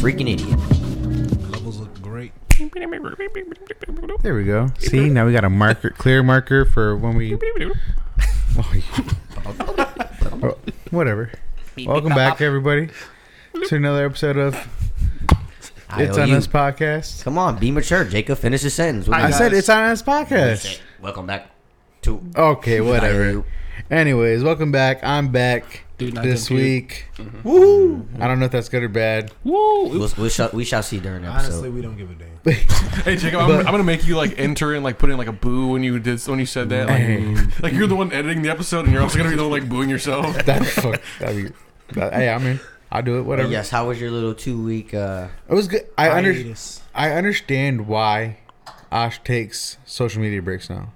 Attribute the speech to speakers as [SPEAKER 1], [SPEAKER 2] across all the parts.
[SPEAKER 1] Freaking idiot.
[SPEAKER 2] Levels look great.
[SPEAKER 3] There we go. See, now we got a marker, clear marker for when we. Oh, whatever. Welcome back, everybody, to another episode of It's on
[SPEAKER 1] IOU.
[SPEAKER 3] Us podcast.
[SPEAKER 1] Come on, be mature, Jacob. Finish his sentence. What
[SPEAKER 3] I
[SPEAKER 1] do you
[SPEAKER 3] said
[SPEAKER 1] got?
[SPEAKER 3] it's on us podcast.
[SPEAKER 1] Welcome back to.
[SPEAKER 3] Okay, whatever.
[SPEAKER 1] IOU.
[SPEAKER 3] Anyways, welcome back. I'm back
[SPEAKER 2] Dude, not
[SPEAKER 3] this
[SPEAKER 2] compute.
[SPEAKER 3] week.
[SPEAKER 2] Woo!
[SPEAKER 3] I don't know if that's good or bad.
[SPEAKER 2] Woo!
[SPEAKER 1] We'll, we shall, we shall see during the episode.
[SPEAKER 2] Honestly, we don't give a damn.
[SPEAKER 4] Hey Jacob, I'm, I'm gonna make you like enter and like put in like a boo when you did when you said that. Like, like you're the one editing the episode, and you're also gonna be the one like booing yourself.
[SPEAKER 3] That fuck. That'd be, that, hey, I'm in. I'll do it. Whatever.
[SPEAKER 1] But yes, how was your little two week? Uh,
[SPEAKER 3] It was good. I under,
[SPEAKER 2] Hiatus.
[SPEAKER 3] I understand why Ash takes social media breaks now.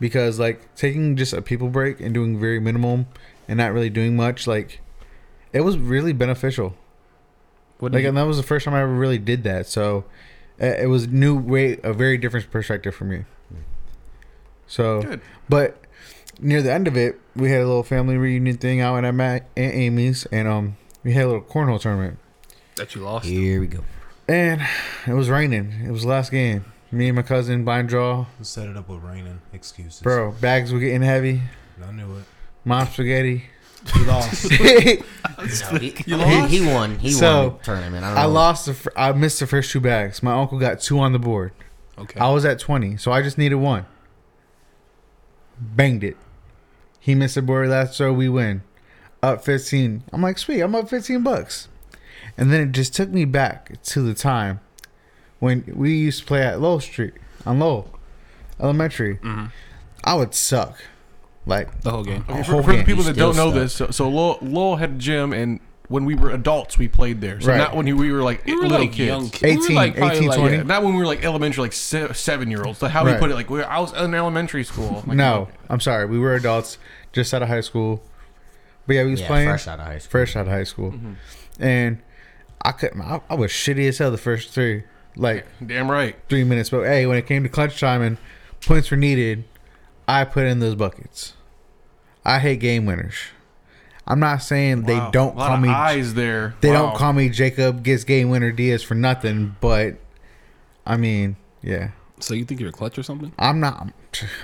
[SPEAKER 3] Because like taking just a people break and doing very minimum and not really doing much, like it was really beneficial.
[SPEAKER 2] What
[SPEAKER 3] Like
[SPEAKER 2] did
[SPEAKER 3] and that was the first time I ever really did that. So uh, it was new way, a very different perspective for me. So,
[SPEAKER 4] Good.
[SPEAKER 3] but near the end of it, we had a little family reunion thing out at my Aunt Amy's, and um, we had a little cornhole tournament.
[SPEAKER 4] That you lost.
[SPEAKER 1] here we go.
[SPEAKER 3] And it was raining. It was the last game. Me and my cousin blind draw.
[SPEAKER 2] you set it up with raining excuses?
[SPEAKER 3] Bro, bags were getting heavy.
[SPEAKER 2] I knew it.
[SPEAKER 3] Mom spaghetti.
[SPEAKER 2] You lost.
[SPEAKER 1] No, he,
[SPEAKER 4] You lost?
[SPEAKER 1] He, he won. He
[SPEAKER 3] So,
[SPEAKER 1] won the tournament. I, don't know.
[SPEAKER 3] I lost. The fir- I missed the first two bags. My uncle got two on the board.
[SPEAKER 4] Okay.
[SPEAKER 3] I was at twenty, so I just needed one. Banged it. He missed the board last, so we win. Up fifteen. I'm like, sweet. I'm up fifteen bucks. And then it just took me back to the time when we used to play at Lowell Street on Lowell Elementary. I would suck. Like
[SPEAKER 2] the whole game.
[SPEAKER 4] Okay,
[SPEAKER 3] whole
[SPEAKER 4] for, for the
[SPEAKER 3] game.
[SPEAKER 4] people
[SPEAKER 1] You
[SPEAKER 4] that don't
[SPEAKER 1] still
[SPEAKER 4] know this, so, so Lowell, Lowell had a gym, and when we were adults, we played there. So
[SPEAKER 3] Right.
[SPEAKER 4] not when we were like little kids.
[SPEAKER 3] We were, like, 18, probably, 18, like- 20.
[SPEAKER 4] Yeah, not when we were like elementary, like se- seven year olds. Like how
[SPEAKER 3] Right.
[SPEAKER 4] we put it, like we were, I was in elementary school. Like,
[SPEAKER 3] no, I'm sorry. We were adults, just out of high school. But yeah, we was
[SPEAKER 1] Yeah,
[SPEAKER 3] playing
[SPEAKER 1] fresh out of high school.
[SPEAKER 3] fresh out of high school,
[SPEAKER 4] Mm-hmm.
[SPEAKER 3] and I couldn't. I, I was shitty as hell the first three, like
[SPEAKER 4] Damn right.
[SPEAKER 3] three minutes. But hey, when it came to clutch time and points were needed, I put in those buckets. I hate game winners. I'm not saying
[SPEAKER 4] Wow.
[SPEAKER 3] they don't
[SPEAKER 4] a lot
[SPEAKER 3] call
[SPEAKER 4] of
[SPEAKER 3] me.
[SPEAKER 4] eyes there.
[SPEAKER 3] They
[SPEAKER 4] Wow.
[SPEAKER 3] don't call me Jacob gets game winner Diaz for nothing. But I mean, yeah,
[SPEAKER 5] So you think you're a clutch or something?
[SPEAKER 3] I'm not.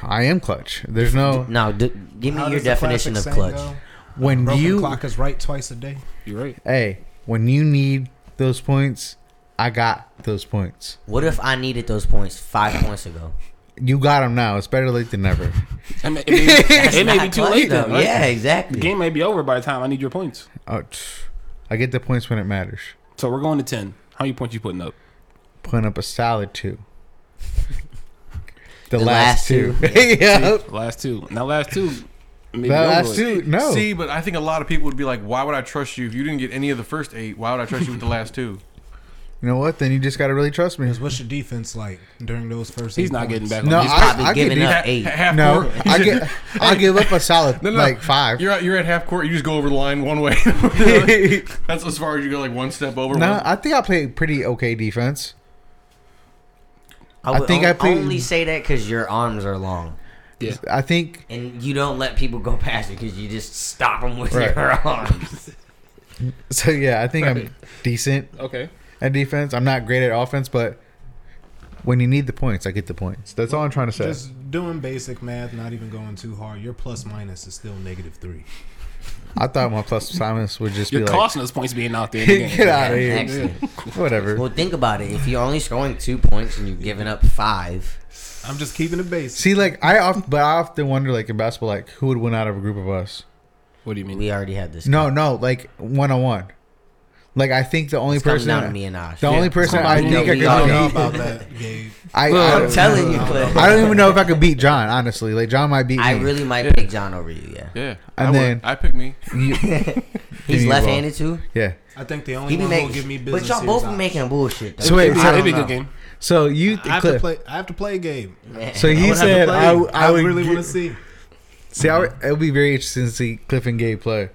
[SPEAKER 3] I am clutch. There's no
[SPEAKER 1] Now, d- give me
[SPEAKER 2] How
[SPEAKER 1] your
[SPEAKER 2] does the
[SPEAKER 1] definition of
[SPEAKER 2] classic
[SPEAKER 1] clutch.
[SPEAKER 2] saying
[SPEAKER 3] when
[SPEAKER 2] go? Broken
[SPEAKER 3] you
[SPEAKER 2] clock is right twice a day.
[SPEAKER 5] You're right.
[SPEAKER 3] hey, when you need those points, I got those points.
[SPEAKER 1] What if I needed those points five points ago?
[SPEAKER 3] You got them now. It's better late than never.
[SPEAKER 5] I mean, it may be, it may
[SPEAKER 1] Not
[SPEAKER 5] be too
[SPEAKER 1] clutch,
[SPEAKER 5] late
[SPEAKER 1] though.
[SPEAKER 5] then. right?
[SPEAKER 1] Yeah,
[SPEAKER 5] The
[SPEAKER 1] exactly.
[SPEAKER 5] game may be over by the time I need your points.
[SPEAKER 3] Oh, tch. I get the points when it matters.
[SPEAKER 5] So we're going to ten. How many points you putting up?
[SPEAKER 3] Putting up a solid two. The,
[SPEAKER 1] The last
[SPEAKER 3] last, two.
[SPEAKER 1] two.
[SPEAKER 3] yep.
[SPEAKER 5] Two. Last two. Now last two.
[SPEAKER 3] The
[SPEAKER 5] maybe
[SPEAKER 3] last
[SPEAKER 5] over with.
[SPEAKER 3] two. No.
[SPEAKER 4] See, but I think a lot of people would be like, "Why would I trust you if you didn't get any of the first eight? Why would I trust you with the last two?
[SPEAKER 3] you know what? Then you just got to really trust me.
[SPEAKER 2] Because what's your defense like during those first?
[SPEAKER 5] He's
[SPEAKER 2] eight
[SPEAKER 5] not
[SPEAKER 2] points?
[SPEAKER 5] getting back.
[SPEAKER 3] No,
[SPEAKER 5] on
[SPEAKER 1] He's
[SPEAKER 5] this.
[SPEAKER 3] I,
[SPEAKER 1] probably
[SPEAKER 3] I
[SPEAKER 1] giving
[SPEAKER 3] can
[SPEAKER 1] up
[SPEAKER 4] Ha-
[SPEAKER 1] eight.
[SPEAKER 4] half
[SPEAKER 3] No,
[SPEAKER 4] court.
[SPEAKER 3] I get. I give up a solid
[SPEAKER 4] No, no, no.
[SPEAKER 3] like five.
[SPEAKER 4] You're at, you're at half court. You just go over the line one way. That's as far as you go, like one step over.
[SPEAKER 3] No,
[SPEAKER 4] one.
[SPEAKER 3] I think I played pretty okay defense.
[SPEAKER 1] I, would
[SPEAKER 3] think
[SPEAKER 1] on-
[SPEAKER 3] I played-
[SPEAKER 1] only say that because your arms are long.
[SPEAKER 3] I think
[SPEAKER 1] And you don't let people go past you because you just stop them with
[SPEAKER 3] Right.
[SPEAKER 1] your arms.
[SPEAKER 3] so. Yeah, I think I'm
[SPEAKER 5] Right.
[SPEAKER 3] decent
[SPEAKER 5] Okay.
[SPEAKER 3] at defense. I'm not great at offense, but when you need the points, I get the points. That's all I'm trying to say.
[SPEAKER 2] Just doing basic math, not even going too hard. Your plus minus is still negative three.
[SPEAKER 3] I thought my plus Simons would just
[SPEAKER 5] You're
[SPEAKER 3] be like,
[SPEAKER 5] costing us points being out there. In the game.
[SPEAKER 3] get out of here,
[SPEAKER 1] Excellent.
[SPEAKER 3] whatever.
[SPEAKER 1] Well, think about it. If you're only scoring two points and you're giving up five,
[SPEAKER 2] I'm just keeping it basic.
[SPEAKER 3] See, like I often, but I often wonder, like in basketball, like who would win out of a group of us?
[SPEAKER 5] What do you mean?
[SPEAKER 1] we already had this.
[SPEAKER 3] No, no, like one on one. Like I think the only
[SPEAKER 1] It's coming
[SPEAKER 3] person,
[SPEAKER 1] down to me and Ash.
[SPEAKER 3] the only person
[SPEAKER 5] Come on,
[SPEAKER 3] I
[SPEAKER 5] you
[SPEAKER 3] think
[SPEAKER 5] know
[SPEAKER 3] I could,
[SPEAKER 1] we all
[SPEAKER 2] I
[SPEAKER 3] I,
[SPEAKER 2] don't know
[SPEAKER 1] know.
[SPEAKER 2] about that, Gabe.
[SPEAKER 3] I,
[SPEAKER 1] I'm
[SPEAKER 3] I,
[SPEAKER 1] telling you, Cliff.
[SPEAKER 3] I don't even know if I could beat John. Honestly, like John might beat
[SPEAKER 1] I
[SPEAKER 3] me.
[SPEAKER 1] really might pick John over you. Yeah,
[SPEAKER 4] yeah,
[SPEAKER 3] And
[SPEAKER 4] I would.
[SPEAKER 3] then-
[SPEAKER 4] I pick me.
[SPEAKER 1] he's
[SPEAKER 3] you will.
[SPEAKER 1] left-handed too.
[SPEAKER 3] yeah.
[SPEAKER 2] I think the
[SPEAKER 1] He
[SPEAKER 2] only
[SPEAKER 1] be
[SPEAKER 2] one who will
[SPEAKER 1] making,
[SPEAKER 2] give me business.
[SPEAKER 1] but y'all
[SPEAKER 2] here
[SPEAKER 1] both
[SPEAKER 2] is
[SPEAKER 1] be
[SPEAKER 2] I.
[SPEAKER 1] making bullshitd. though.
[SPEAKER 3] So wait, so-
[SPEAKER 5] It'd be- it'd be a
[SPEAKER 2] don't
[SPEAKER 5] good game.
[SPEAKER 3] so you,
[SPEAKER 2] I have to
[SPEAKER 3] Cliff.
[SPEAKER 2] play. I have to play Gabe.
[SPEAKER 3] So he
[SPEAKER 2] would have to
[SPEAKER 3] said,
[SPEAKER 2] play.
[SPEAKER 3] I, w- I would
[SPEAKER 2] really
[SPEAKER 3] gi-
[SPEAKER 2] want to see
[SPEAKER 3] see. I would, it would be very interesting to see Cliff and Gabe play.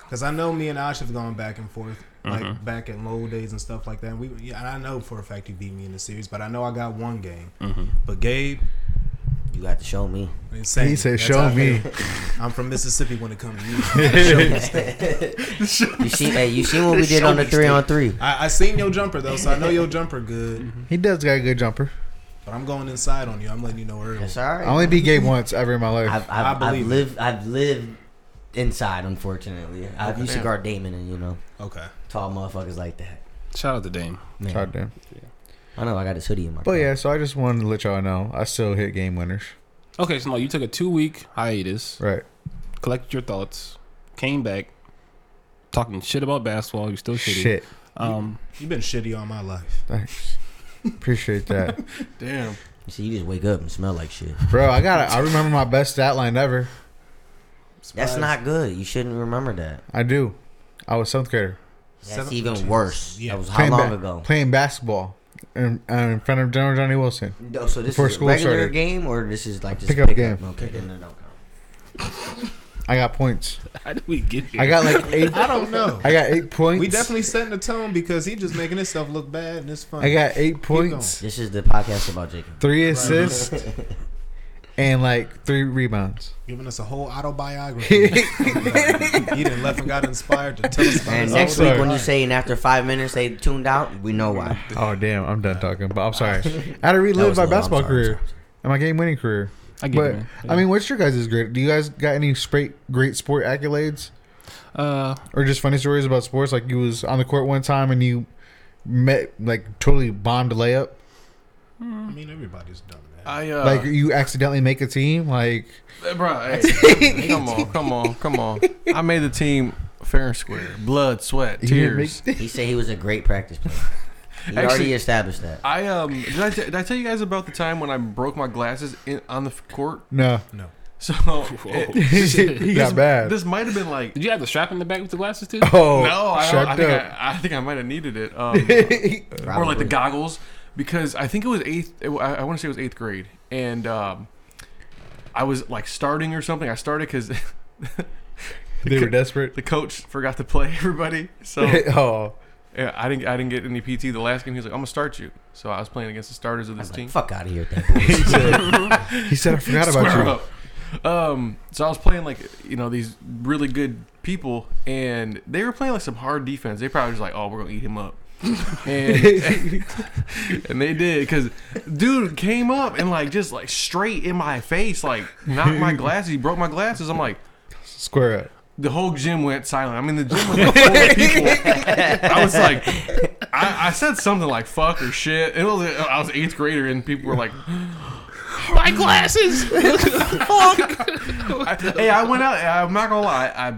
[SPEAKER 2] because I know me and Ash have gone back and forth, like back in low days and stuff like that. And we yeah, and I know for a fact he beat me in the series, but I know I got one game. But Gabe,
[SPEAKER 1] You got to show me.
[SPEAKER 2] Insane.
[SPEAKER 3] He said,
[SPEAKER 2] That's
[SPEAKER 3] "Show
[SPEAKER 2] how I
[SPEAKER 3] me."
[SPEAKER 2] feel. I'm from Mississippi when it comes to you.
[SPEAKER 1] You see, hey, you seen what we did
[SPEAKER 2] Show
[SPEAKER 1] on the
[SPEAKER 2] me,
[SPEAKER 1] three
[SPEAKER 2] Steve.
[SPEAKER 1] on three?
[SPEAKER 2] I, I seen your jumper though, so I know your jumper good.
[SPEAKER 3] He does got a good jumper.
[SPEAKER 2] But I'm going inside on you. I'm letting you know early.
[SPEAKER 1] That's all right.
[SPEAKER 3] I only beat Gabe once ever in my life.
[SPEAKER 1] I've,
[SPEAKER 2] I
[SPEAKER 1] I've, I've
[SPEAKER 2] believe it.
[SPEAKER 1] lived I've lived inside, unfortunately. I used to
[SPEAKER 4] Damn.
[SPEAKER 1] guard Damon and you know
[SPEAKER 2] Okay.
[SPEAKER 1] tall motherfuckers like that.
[SPEAKER 5] Shout out to Dame.
[SPEAKER 1] Man,
[SPEAKER 3] Tried to.
[SPEAKER 1] I know I got his hoodie in my.
[SPEAKER 3] But
[SPEAKER 1] car.
[SPEAKER 3] yeah, so I just wanted to let y'all know I still hit game winners.
[SPEAKER 5] Okay, so no, you took a two week hiatus,
[SPEAKER 3] Right.
[SPEAKER 5] collected your thoughts, came back, talking shit about basketball. You still shitty.
[SPEAKER 3] Shit.
[SPEAKER 5] Um,
[SPEAKER 2] You've been shitty all my life.
[SPEAKER 3] Thanks. Appreciate that,
[SPEAKER 4] Damn.
[SPEAKER 1] See, you just wake up and smell like shit.
[SPEAKER 3] bro. I got. to I remember my best stat line ever.
[SPEAKER 1] That's
[SPEAKER 2] Surprised.
[SPEAKER 1] not good. You shouldn't remember that.
[SPEAKER 3] I do. I was seventh grader
[SPEAKER 1] That's
[SPEAKER 2] Seven-
[SPEAKER 1] even
[SPEAKER 2] Jesus.
[SPEAKER 1] worse.
[SPEAKER 2] Yeah.
[SPEAKER 1] That was how
[SPEAKER 3] Playing
[SPEAKER 1] long
[SPEAKER 3] ba-
[SPEAKER 1] ago?
[SPEAKER 3] playing basketball in, uh, in front of General Johnny Wilson.
[SPEAKER 1] No, oh, so this
[SPEAKER 3] Before
[SPEAKER 1] is a
[SPEAKER 3] school
[SPEAKER 1] regular
[SPEAKER 3] started.
[SPEAKER 1] game or this is like just
[SPEAKER 3] Pickup
[SPEAKER 1] pickup?
[SPEAKER 3] game.
[SPEAKER 1] Okay, then it don't count.
[SPEAKER 3] I got points.
[SPEAKER 5] how did we get here?
[SPEAKER 3] I got like eight.
[SPEAKER 2] I don't know.
[SPEAKER 3] I got eight points.
[SPEAKER 2] We definitely setting the tone because he just making himself look bad and it's funny.
[SPEAKER 3] I got eight points,
[SPEAKER 1] This is the podcast about Jacob.
[SPEAKER 3] three assists, and like three rebounds.
[SPEAKER 2] giving us a whole autobiography. he didn't left and got inspired to tell us about
[SPEAKER 1] And
[SPEAKER 2] his
[SPEAKER 1] next
[SPEAKER 2] whole
[SPEAKER 1] week
[SPEAKER 2] life.
[SPEAKER 1] when you say and after five minutes they tuned out, we know why.
[SPEAKER 3] Oh damn! I'm done talking. But I'm sorry. I had to
[SPEAKER 1] That
[SPEAKER 3] relive
[SPEAKER 1] was
[SPEAKER 3] my
[SPEAKER 1] low. I'm
[SPEAKER 3] basketball
[SPEAKER 1] sorry, I'm
[SPEAKER 3] career
[SPEAKER 1] sorry.
[SPEAKER 3] and my game winning career.
[SPEAKER 5] I get it,
[SPEAKER 3] But
[SPEAKER 5] man.
[SPEAKER 3] I mean, what's your guys' great? Do you guys got any great great sport accolades
[SPEAKER 5] uh,
[SPEAKER 3] or just funny stories about sports? Like you was on the court one time and you met like totally bombed a layup.
[SPEAKER 2] I mean, everybody's done that.
[SPEAKER 4] I uh,
[SPEAKER 3] like you accidentally make a team. Like
[SPEAKER 4] Hey, bro, hey, come on, come on, come on. I made the team fair and square. Blood, sweat,
[SPEAKER 3] you didn't
[SPEAKER 4] tears.
[SPEAKER 3] make-
[SPEAKER 1] He said he was a great practice player. He already
[SPEAKER 4] Actually-
[SPEAKER 1] established that.
[SPEAKER 4] I um, did I, t- did I tell you guys about the time when I broke my glasses in, on the f- court?
[SPEAKER 3] no,
[SPEAKER 2] no.
[SPEAKER 4] So it-
[SPEAKER 3] he
[SPEAKER 4] this-
[SPEAKER 3] got bad.
[SPEAKER 4] This might have been like
[SPEAKER 5] did you have the strap in the back with the glasses too?
[SPEAKER 3] oh,
[SPEAKER 4] no, I, don't-
[SPEAKER 3] shut
[SPEAKER 4] I think
[SPEAKER 3] up.
[SPEAKER 4] I, I think I might have needed it, um, or like the
[SPEAKER 1] Probably.
[SPEAKER 4] goggles, because I think it was eighth. It, wa- I, want to say it was eighth grade, and um, I was like starting or something. I started because
[SPEAKER 3] they were desperate.
[SPEAKER 4] the coach forgot to play everybody, so
[SPEAKER 3] oh,
[SPEAKER 4] Yeah, I didn't. I didn't get any PT the last game. He was like, "I'm gonna start you." So I was playing against the starters of
[SPEAKER 1] I was
[SPEAKER 4] this
[SPEAKER 1] like,
[SPEAKER 4] team.
[SPEAKER 1] fuck out of here, with that bullshit.
[SPEAKER 3] he said I forgot about
[SPEAKER 4] Square
[SPEAKER 3] you.
[SPEAKER 4] up. Um, so I was playing like you know these really good people, and they were playing like some hard defense. They probably just like, "Oh, we're gonna eat him up," and, and they did because dude came up and like just like straight in my face, like knocked my glasses. He broke my glasses. I'm like.
[SPEAKER 3] Square up.
[SPEAKER 4] the whole gym went silent. I mean, the gym was like full of people. I was like, I, I said something like "fuck" or "shit." It was I was eighth grader, and people were like,
[SPEAKER 5] My glasses.
[SPEAKER 4] I- "Hey, I went out. I'm not gonna lie, I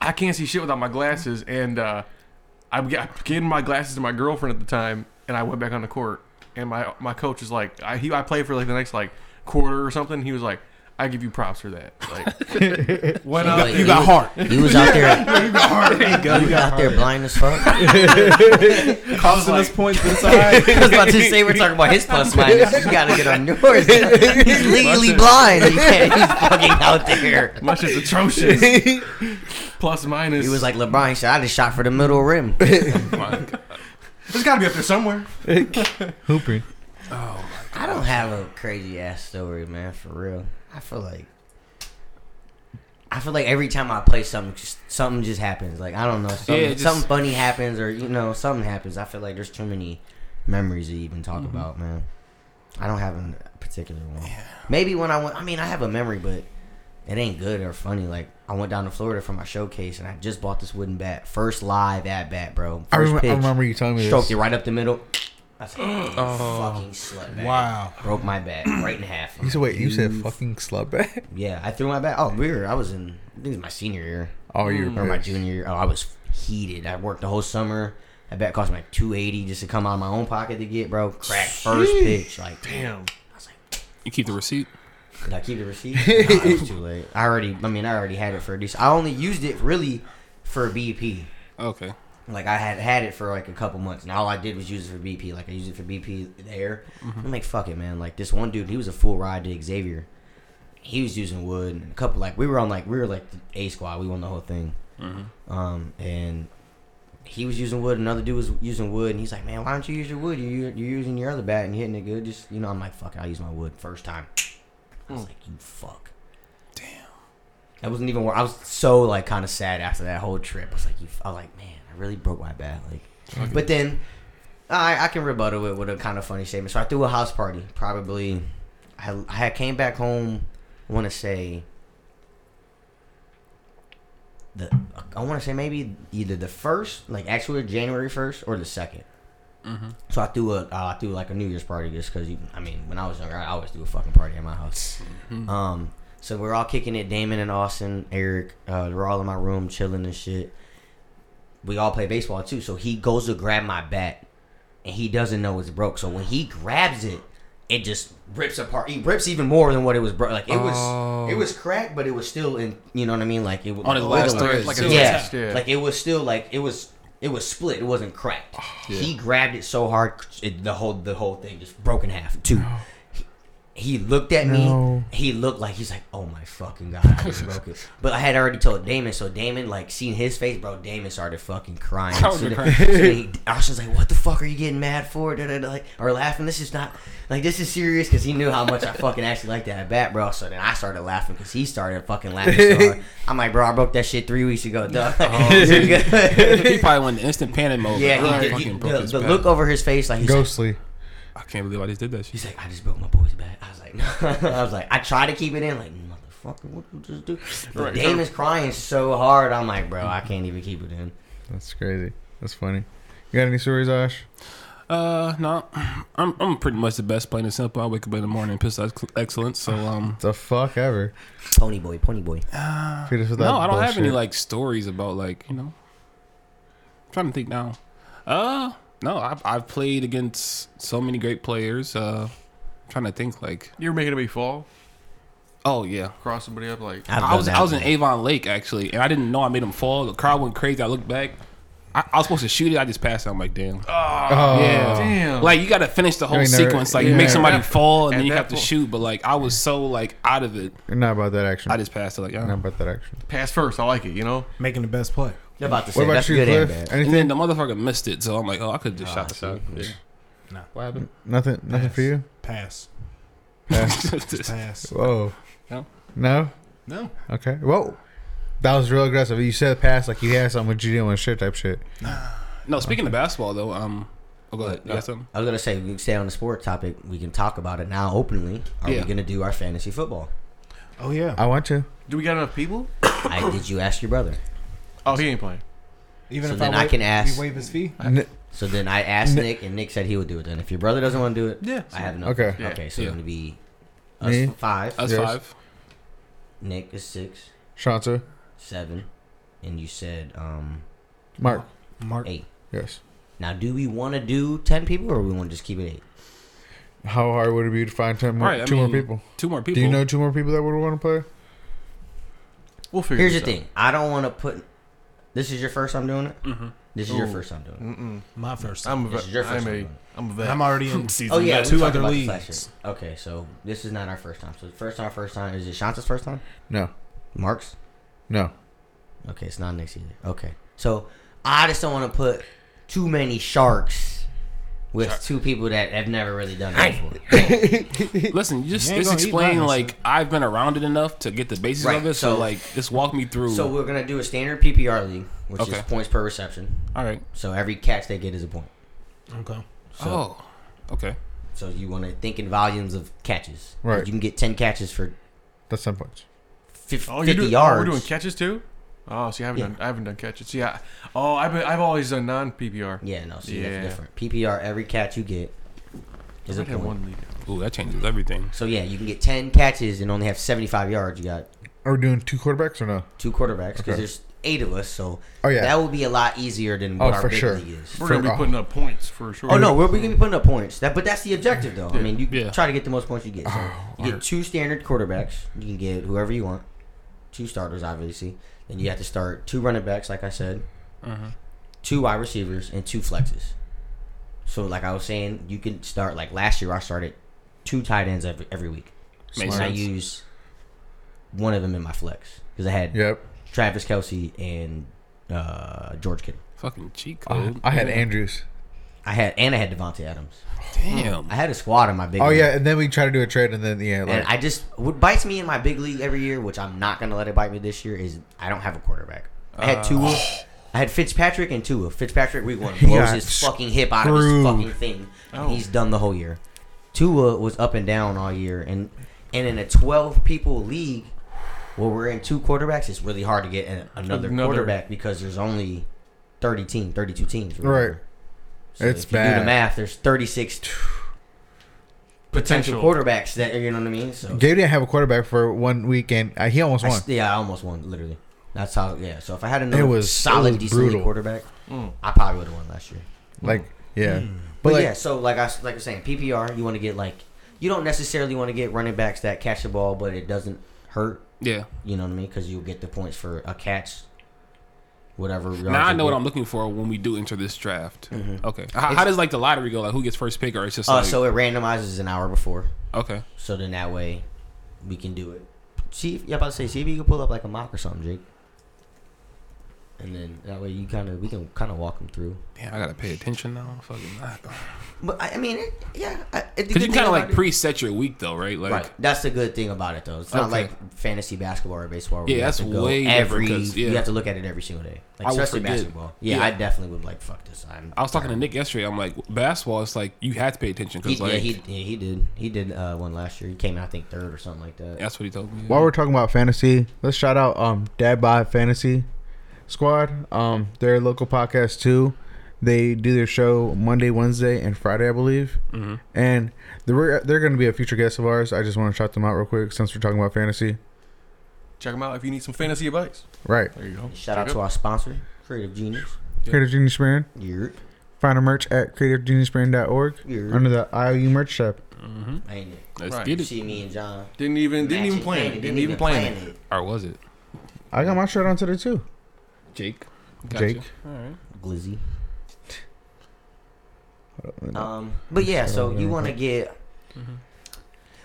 [SPEAKER 4] I can't see shit without my glasses." And uh, I got getting my glasses to my girlfriend at the time, and I went back on the court. And my my coach was like, I he, I played for like the next like quarter or something. He was like, "I give you props for that." Like, went up.
[SPEAKER 1] you got heart. You was out there. you was out there blind as fuck. I
[SPEAKER 2] Costing us points inside.
[SPEAKER 1] was about to say we're talking about his plus minus. You gotta get on yours. He's legally
[SPEAKER 4] Listen.
[SPEAKER 1] blind. He can't, he's fucking out there.
[SPEAKER 4] My shit's atrocious. Plus minus.
[SPEAKER 1] He was like LeBron. He said, "I just shot for the middle rim."
[SPEAKER 4] There's got to be up there somewhere.
[SPEAKER 3] Hooping.
[SPEAKER 1] I don't have a crazy ass story, man. For real, I feel like I feel like every time I play something, just, something just happens. Like I don't know, something,
[SPEAKER 5] Yeah, just-
[SPEAKER 1] something funny happens, or you know, something happens. I feel like there's too many memories to even talk
[SPEAKER 3] Mm-hmm.
[SPEAKER 1] about, man. I don't have a particular one. Maybe when I went, I mean, I have a memory, but it ain't good or funny. Like I went down to Florida for my showcase, and I just bought this wooden bat, first live at bat, bro. First
[SPEAKER 3] I remember,
[SPEAKER 1] pitch,
[SPEAKER 3] I remember you telling me
[SPEAKER 1] stroked
[SPEAKER 3] this. Oh.
[SPEAKER 1] it right up the middle. I said, fucking slut bag.
[SPEAKER 2] Wow.
[SPEAKER 1] Broke my back right in half.
[SPEAKER 3] You said, wait, you said fucking slut back?
[SPEAKER 1] Yeah, I threw my back. Oh, we were. I was in. I think it was my senior year
[SPEAKER 3] Oh, you
[SPEAKER 4] Mm.
[SPEAKER 1] or my
[SPEAKER 3] were
[SPEAKER 1] junior year. Oh, I was heated. I worked the whole summer. That bet cost me like two eighty just to come out of my own pocket to get, bro. Crack first pitch. Like,
[SPEAKER 4] Damn.
[SPEAKER 5] You keep the receipt.
[SPEAKER 1] did I keep the receipt? Nah, it was too late. I already. I mean, I already had it for a decent. I only used it really for BP.
[SPEAKER 5] Okay.
[SPEAKER 1] Like I had had it for like a couple months, and all I did was use it for BP. Like I used it for BP there. I'm like, fuck it, man. Like this one dude, he was a full ride to Xavier. He was using wood and a couple like we were on like we were like the A squad. We won the whole thing. Um, and he was using wood. Another dude was using wood, and he's like, man, why don't you use your wood? You you're using your other bat and hitting it good. Just you know, I'm like, fuck, it, I'll use my wood first time. I was like, you fuck. Damn. That wasn't even. wor- I was so like kind of sad after that whole trip. I was like, you. f- I was like, man, I really broke my back. Like, but then I I can rebuttal it with a kind of funny statement. So I threw a house party. Probably, I had- I had came back home. I want to say. The, I want to say maybe either the first, like actually January first, or the second.
[SPEAKER 5] Mm-hmm.
[SPEAKER 1] So I threw a uh, I threw like a New Year's party just because I mean when I was younger I always threw a fucking party at my house.
[SPEAKER 5] Mm-hmm.
[SPEAKER 1] Um, so we're all kicking it. Damon and Austin, Eric, uh, we're all in my room chilling and shit. We all play baseball too. So he goes to grab my bat, and he doesn't know it's broke. So when he grabs it, it just rips apart. He rips even more than what it was broke. Like it was it was cracked, but it was still in. You know what I mean? Like it was
[SPEAKER 5] Oh. On his
[SPEAKER 1] the
[SPEAKER 5] last
[SPEAKER 1] way it
[SPEAKER 5] thread,
[SPEAKER 1] was.
[SPEAKER 5] like a
[SPEAKER 1] yeah,
[SPEAKER 4] tap. Yeah.
[SPEAKER 1] like it was still like it was it was split. It wasn't cracked. He grabbed it so hard, it, the whole the whole thing just broke in half. Two. He looked at
[SPEAKER 3] No.
[SPEAKER 1] me. He looked like he's like, "Oh my fucking god, I just broke it." But I had already told Damon, so Damon like seen his face, bro. Damon started fucking crying.
[SPEAKER 5] I was
[SPEAKER 1] So
[SPEAKER 5] gonna
[SPEAKER 1] then-
[SPEAKER 5] cry.
[SPEAKER 1] so then he, Austin's like, "What the fuck are you getting mad for?" Da, da, da, like, or laughing. This is not like this is serious because he knew how much I fucking actually liked that bat, bro. So then I started laughing because he started fucking laughing. So hard. I'm like, "Bro, I broke that shit three weeks ago, dog."
[SPEAKER 5] Oh,
[SPEAKER 1] You're good.
[SPEAKER 5] he probably went into instant panic mode.
[SPEAKER 1] yeah,
[SPEAKER 5] Like,
[SPEAKER 1] he,
[SPEAKER 5] I
[SPEAKER 1] did. He-
[SPEAKER 5] fucking broke
[SPEAKER 1] the,
[SPEAKER 5] his
[SPEAKER 1] the
[SPEAKER 5] back.
[SPEAKER 1] look over his face, like he's like,
[SPEAKER 3] Ghostly.
[SPEAKER 5] I can't believe I just did that shit.
[SPEAKER 1] He's like, I just broke my boy's back. I was like, no. I was like, I try to keep it in. Like, motherfucker, what you just do? But
[SPEAKER 4] Right.
[SPEAKER 1] Damon's crying so hard. I'm like, bro, I can't even keep it in.
[SPEAKER 3] That's crazy. That's funny. You got any stories, Ash?
[SPEAKER 5] Uh, no, I'm I'm pretty much the best, plain and simple. I wake up in the morning and piss ex- excellence. So um,
[SPEAKER 3] The fuck ever.
[SPEAKER 1] Pony boy, pony boy.
[SPEAKER 3] Feed us with that
[SPEAKER 5] no, I don't have any
[SPEAKER 3] bullshit.
[SPEAKER 5] like stories about like you know. I'm trying to think now. Uh, no, I've I've played against so many great players. Uh, I'm trying to think like
[SPEAKER 4] You were making me fall,
[SPEAKER 5] oh yeah,
[SPEAKER 4] cross somebody up like.
[SPEAKER 1] I've
[SPEAKER 5] I
[SPEAKER 1] done
[SPEAKER 5] was
[SPEAKER 1] that
[SPEAKER 5] I was in
[SPEAKER 1] one.
[SPEAKER 5] Avon Lake actually, and I didn't know I made him fall. The crowd went crazy. I looked back. I, I was supposed to shoot it. I just passed it. I'm like, damn.
[SPEAKER 4] "Ah,
[SPEAKER 3] Oh,
[SPEAKER 5] yeah.
[SPEAKER 4] damn.
[SPEAKER 5] Like you got to finish the whole
[SPEAKER 3] ain't never-
[SPEAKER 5] sequence. Like you
[SPEAKER 3] yeah.
[SPEAKER 5] make somebody
[SPEAKER 4] At that-
[SPEAKER 5] fall, and
[SPEAKER 4] at
[SPEAKER 5] then you
[SPEAKER 4] that
[SPEAKER 5] have to
[SPEAKER 4] point-
[SPEAKER 5] shoot. But like I was so like out of it.
[SPEAKER 3] You're not about that action.
[SPEAKER 5] I just passed it. Like yeah.
[SPEAKER 3] not about that action.
[SPEAKER 4] Pass first. I like it. You know.
[SPEAKER 2] Making the best play.
[SPEAKER 1] You're about to
[SPEAKER 3] What
[SPEAKER 1] say
[SPEAKER 3] about
[SPEAKER 1] that's
[SPEAKER 3] you,
[SPEAKER 1] good and
[SPEAKER 3] Cliff?
[SPEAKER 1] bad.
[SPEAKER 5] And
[SPEAKER 3] Anything?
[SPEAKER 5] then the motherfucker missed it, so I'm like, oh, I could just
[SPEAKER 1] Ah,
[SPEAKER 5] shot the shot.
[SPEAKER 1] see.
[SPEAKER 5] Yeah.
[SPEAKER 2] No.
[SPEAKER 5] What happened?
[SPEAKER 3] Nothing. Nothing for you.
[SPEAKER 2] Pass. Pass.
[SPEAKER 3] Whoa.
[SPEAKER 5] No.
[SPEAKER 3] No.
[SPEAKER 2] No.
[SPEAKER 3] Okay. Whoa. That was real aggressive. You said pass like you had something, but you didn't want to share type shit.
[SPEAKER 5] no, speaking of basketball though, um, oh, go ahead. You got something?
[SPEAKER 1] I was gonna say we can stay on the sport topic. We can talk about it now openly. Are
[SPEAKER 5] Yeah.
[SPEAKER 1] we gonna do our fantasy football?
[SPEAKER 2] Oh yeah.
[SPEAKER 3] I want to.
[SPEAKER 4] Do we got enough people?
[SPEAKER 1] I did you ask your brother?
[SPEAKER 4] Oh, he ain't playing.
[SPEAKER 2] Even
[SPEAKER 1] So
[SPEAKER 2] if
[SPEAKER 1] then
[SPEAKER 2] I,
[SPEAKER 1] I
[SPEAKER 2] wa-
[SPEAKER 1] can ask-
[SPEAKER 2] You waive his fee.
[SPEAKER 3] N-
[SPEAKER 1] So then I asked Nick, and Nick said he would do it. Then if your brother doesn't want to do it,
[SPEAKER 4] Yeah.
[SPEAKER 1] I have no.
[SPEAKER 3] Okay.
[SPEAKER 4] Yeah.
[SPEAKER 1] Okay. So
[SPEAKER 5] Yeah. Uh,
[SPEAKER 1] it's gonna be us
[SPEAKER 3] Me?
[SPEAKER 1] five.
[SPEAKER 5] Us
[SPEAKER 3] Yes.
[SPEAKER 5] five.
[SPEAKER 1] Nick is six,
[SPEAKER 3] Shanta.
[SPEAKER 1] seven, and you said um
[SPEAKER 3] Mark.
[SPEAKER 2] Mark.
[SPEAKER 1] eight.
[SPEAKER 3] Yes.
[SPEAKER 1] Now, do we want to do ten people, or we want to just keep it eight?
[SPEAKER 3] How hard would it be to find ten more,
[SPEAKER 5] Right, I
[SPEAKER 3] two more
[SPEAKER 5] mean,
[SPEAKER 3] people?
[SPEAKER 5] Two more people.
[SPEAKER 3] Do you know two more people that would want to play?
[SPEAKER 4] We'll figure.
[SPEAKER 1] Here's the
[SPEAKER 4] this out.
[SPEAKER 1] thing: I don't want to put. This is your first time doing it. Mm-hmm. This is your
[SPEAKER 4] Ooh.
[SPEAKER 1] first time doing it.
[SPEAKER 4] Mm-mm.
[SPEAKER 2] My first.
[SPEAKER 4] I'm a
[SPEAKER 1] This
[SPEAKER 4] vet.
[SPEAKER 1] is your first
[SPEAKER 4] I'm
[SPEAKER 1] one,
[SPEAKER 4] a.
[SPEAKER 1] right?
[SPEAKER 4] I'm a vet.
[SPEAKER 2] I'm already in
[SPEAKER 1] Oh yeah,
[SPEAKER 2] two
[SPEAKER 1] two
[SPEAKER 2] other
[SPEAKER 1] other
[SPEAKER 2] leagues.
[SPEAKER 1] leagues. Okay, so this is not our first time. So first time, first time. Is it Shanta's first time?
[SPEAKER 3] No.
[SPEAKER 1] Mark's?
[SPEAKER 3] No.
[SPEAKER 1] Okay, it's not Nick's either. Okay, so I just don't want to put too many sharks with two people that have never really done it before.
[SPEAKER 5] Listen, you just
[SPEAKER 2] You ain't gonna
[SPEAKER 5] just
[SPEAKER 2] eat
[SPEAKER 5] explain
[SPEAKER 2] mine,
[SPEAKER 5] like I've been around it enough to get the basis
[SPEAKER 1] Right,
[SPEAKER 5] of it. So,
[SPEAKER 1] so-
[SPEAKER 5] like, just walk me through.
[SPEAKER 1] So we're gonna do a standard PPR league, which
[SPEAKER 5] Okay.
[SPEAKER 1] is points per reception.
[SPEAKER 5] All right.
[SPEAKER 1] So every catch they get is a point.
[SPEAKER 2] Okay.
[SPEAKER 1] So,
[SPEAKER 5] oh, okay.
[SPEAKER 1] so you want to think in volumes of catches.
[SPEAKER 3] Right.
[SPEAKER 1] You can get ten catches for
[SPEAKER 3] That's ten points.
[SPEAKER 1] fif-
[SPEAKER 4] Oh, you're
[SPEAKER 1] fifty
[SPEAKER 4] doing,
[SPEAKER 1] yards.
[SPEAKER 4] Oh, we're doing catches too. Oh, see, I haven't
[SPEAKER 1] Yeah.
[SPEAKER 4] done. I haven't done catches. See, I, oh, I've been, I've always done non PPR.
[SPEAKER 1] yeah, no, see
[SPEAKER 4] Yeah.
[SPEAKER 1] that's different. PPR, every catch you get is
[SPEAKER 4] I
[SPEAKER 1] a
[SPEAKER 4] had
[SPEAKER 1] point.
[SPEAKER 4] one league.
[SPEAKER 5] Ooh, that changes everything.
[SPEAKER 1] So yeah, you can get ten catches and only have seventy-five yards. You got
[SPEAKER 3] Are we doing two quarterbacks or no?
[SPEAKER 1] two quarterbacks because
[SPEAKER 3] Okay.
[SPEAKER 1] there's eight of us. So
[SPEAKER 3] Oh yeah.
[SPEAKER 1] that would be a lot easier than
[SPEAKER 3] Oh,
[SPEAKER 1] what our
[SPEAKER 3] for
[SPEAKER 1] big
[SPEAKER 3] sure.
[SPEAKER 1] league is.
[SPEAKER 4] We're
[SPEAKER 3] For-
[SPEAKER 4] gonna be
[SPEAKER 3] oh.
[SPEAKER 4] putting up points for sure.
[SPEAKER 1] Oh no, we're, we're gonna be putting up points. That, but that's the objective, though. I mean, you
[SPEAKER 5] Yeah. Oh,
[SPEAKER 1] try to get the most points you get. So you get two standard quarterbacks. You can get whoever you want. Two starters, obviously. Then you have to start two running backs, like I said,
[SPEAKER 5] Uh-huh.
[SPEAKER 1] two wide receivers, and two flexes. So, like I was saying, you can start like last year. I started two tight ends every every week.
[SPEAKER 5] Makes
[SPEAKER 1] and I
[SPEAKER 5] sense.
[SPEAKER 1] use one of them in my flex because I had
[SPEAKER 3] Yep.
[SPEAKER 1] Travis Kelsey and uh, George Kittle.
[SPEAKER 5] Fucking cheat
[SPEAKER 3] Uh,
[SPEAKER 1] Uh-huh.
[SPEAKER 5] code.
[SPEAKER 3] I had Andrews.
[SPEAKER 1] I had and I had Devonte Adams.
[SPEAKER 5] Damn.
[SPEAKER 1] I had a squad in my big.
[SPEAKER 3] Oh
[SPEAKER 1] league.
[SPEAKER 3] yeah, and then we try to do a trade, and then yeah,
[SPEAKER 1] And
[SPEAKER 3] like,
[SPEAKER 1] I just what bites me in my big league every year, which I'm not gonna let it bite me this year, is I don't have a quarterback. I had Tua,
[SPEAKER 3] Uh,
[SPEAKER 1] I had Fitzpatrick and Tua. Fitzpatrick week one
[SPEAKER 3] He
[SPEAKER 1] blows
[SPEAKER 3] got
[SPEAKER 1] his fucking hip out of his
[SPEAKER 3] screwed. Oh.
[SPEAKER 1] fucking thing, and he's done the whole year. Tua was up and down all year, and and in a 12 people league where we're in two quarterbacks, it's really hard to get an, another,
[SPEAKER 4] Another.
[SPEAKER 1] quarterback because there's only 30 team, 32 teams.
[SPEAKER 3] right.
[SPEAKER 1] So
[SPEAKER 3] It's
[SPEAKER 1] if you do the
[SPEAKER 3] bad.
[SPEAKER 1] math, there's 36 potential quarterbacks that you know what I mean. So
[SPEAKER 3] Gabe didn't have a quarterback for one weekend. Uh, he almost
[SPEAKER 1] I
[SPEAKER 3] won.
[SPEAKER 1] s- yeah, I almost won. Literally, that's how. Yeah. So if I had another
[SPEAKER 3] It was- it
[SPEAKER 1] solid,
[SPEAKER 3] was
[SPEAKER 1] decently
[SPEAKER 3] brutal.
[SPEAKER 1] quarterback,
[SPEAKER 4] Mm.
[SPEAKER 1] I probably would have won last year.
[SPEAKER 3] Like, yeah,
[SPEAKER 1] Hmm. But,
[SPEAKER 3] but like,
[SPEAKER 1] yeah, so like I s- like I was saying, PPR, you want to get like you don't necessarily want to get running backs that catch the ball, but it doesn't hurt.
[SPEAKER 5] Yeah.
[SPEAKER 1] You know what I mean? Because you'll get the points for a catch, whatever.
[SPEAKER 5] Now I know what I'm looking for when we do enter this draft. Okay. How, how does like the lottery go? Like who gets first pick, or it's just
[SPEAKER 1] Mm-hmm. Uh,
[SPEAKER 5] like
[SPEAKER 1] so it randomizes an hour before,
[SPEAKER 5] okay.
[SPEAKER 1] so then that way we can do it. See, if- yeah, about to say, see if you can pull up like a mock or something, Jake. And then that way you kind of we can kind of walk them through.
[SPEAKER 5] Man, I gotta pay attention now. Fucking not.
[SPEAKER 1] But I I mean, it, yeah, I, it, the good
[SPEAKER 5] Because you
[SPEAKER 1] thing
[SPEAKER 5] kind of
[SPEAKER 1] about
[SPEAKER 5] like
[SPEAKER 1] it-
[SPEAKER 5] preset your week though, right? Like
[SPEAKER 1] right. That's the good thing about it, though. It's not
[SPEAKER 5] Okay.
[SPEAKER 1] like fantasy basketball or baseball. where
[SPEAKER 5] Yeah,
[SPEAKER 1] you have
[SPEAKER 5] that's
[SPEAKER 1] to go
[SPEAKER 5] way different
[SPEAKER 1] every.
[SPEAKER 5] 'cause, yeah.
[SPEAKER 1] You have to look at it every single day, like,
[SPEAKER 5] I would
[SPEAKER 1] especially
[SPEAKER 5] forget.
[SPEAKER 1] basketball. Yeah,
[SPEAKER 5] Yeah.
[SPEAKER 1] I definitely would like fuck this. I'm,
[SPEAKER 5] I was talking to Nick yesterday. I'm like basketball. It's like you had to pay attention
[SPEAKER 1] He,
[SPEAKER 5] because like
[SPEAKER 1] yeah, he yeah, he did he did uh, one last year. He came in I think third or something like that.
[SPEAKER 5] that's what he told me.
[SPEAKER 3] while we're talking about fantasy, let's shout out um Dad Bod Fantasy Squad. Um, they're a local podcast too. They do their show Monday, Wednesday, and Friday, I believe.
[SPEAKER 5] Mhm.
[SPEAKER 3] And they're they're going to be a future guest of ours. I just want to shout them out real quick since we're talking about fantasy.
[SPEAKER 4] Check them out if you need some fantasy advice.
[SPEAKER 3] Right.
[SPEAKER 4] There you go.
[SPEAKER 1] Shout out
[SPEAKER 4] Check
[SPEAKER 1] to
[SPEAKER 4] it.
[SPEAKER 1] our sponsor, Creative Genius.
[SPEAKER 3] Creative Genius Brand.
[SPEAKER 1] You're,
[SPEAKER 3] Find our merch at creativegeniusbrand.org
[SPEAKER 1] you're.
[SPEAKER 3] under the IOU merch shop.
[SPEAKER 5] Mm-hmm.
[SPEAKER 1] Ain't it?
[SPEAKER 5] Let's
[SPEAKER 4] Right.
[SPEAKER 5] get
[SPEAKER 1] You
[SPEAKER 5] it.
[SPEAKER 1] see me and John.
[SPEAKER 4] Didn't even didn't even
[SPEAKER 1] matching
[SPEAKER 4] plan it.
[SPEAKER 1] painted,
[SPEAKER 4] Didn't, even plan it.
[SPEAKER 5] Or was it
[SPEAKER 3] I got my shirt on today too.
[SPEAKER 5] Jake?
[SPEAKER 3] Jake.
[SPEAKER 5] All right.
[SPEAKER 1] Glizzy.
[SPEAKER 3] on.
[SPEAKER 1] Um, but yeah, so you want to get
[SPEAKER 4] Mm-hmm.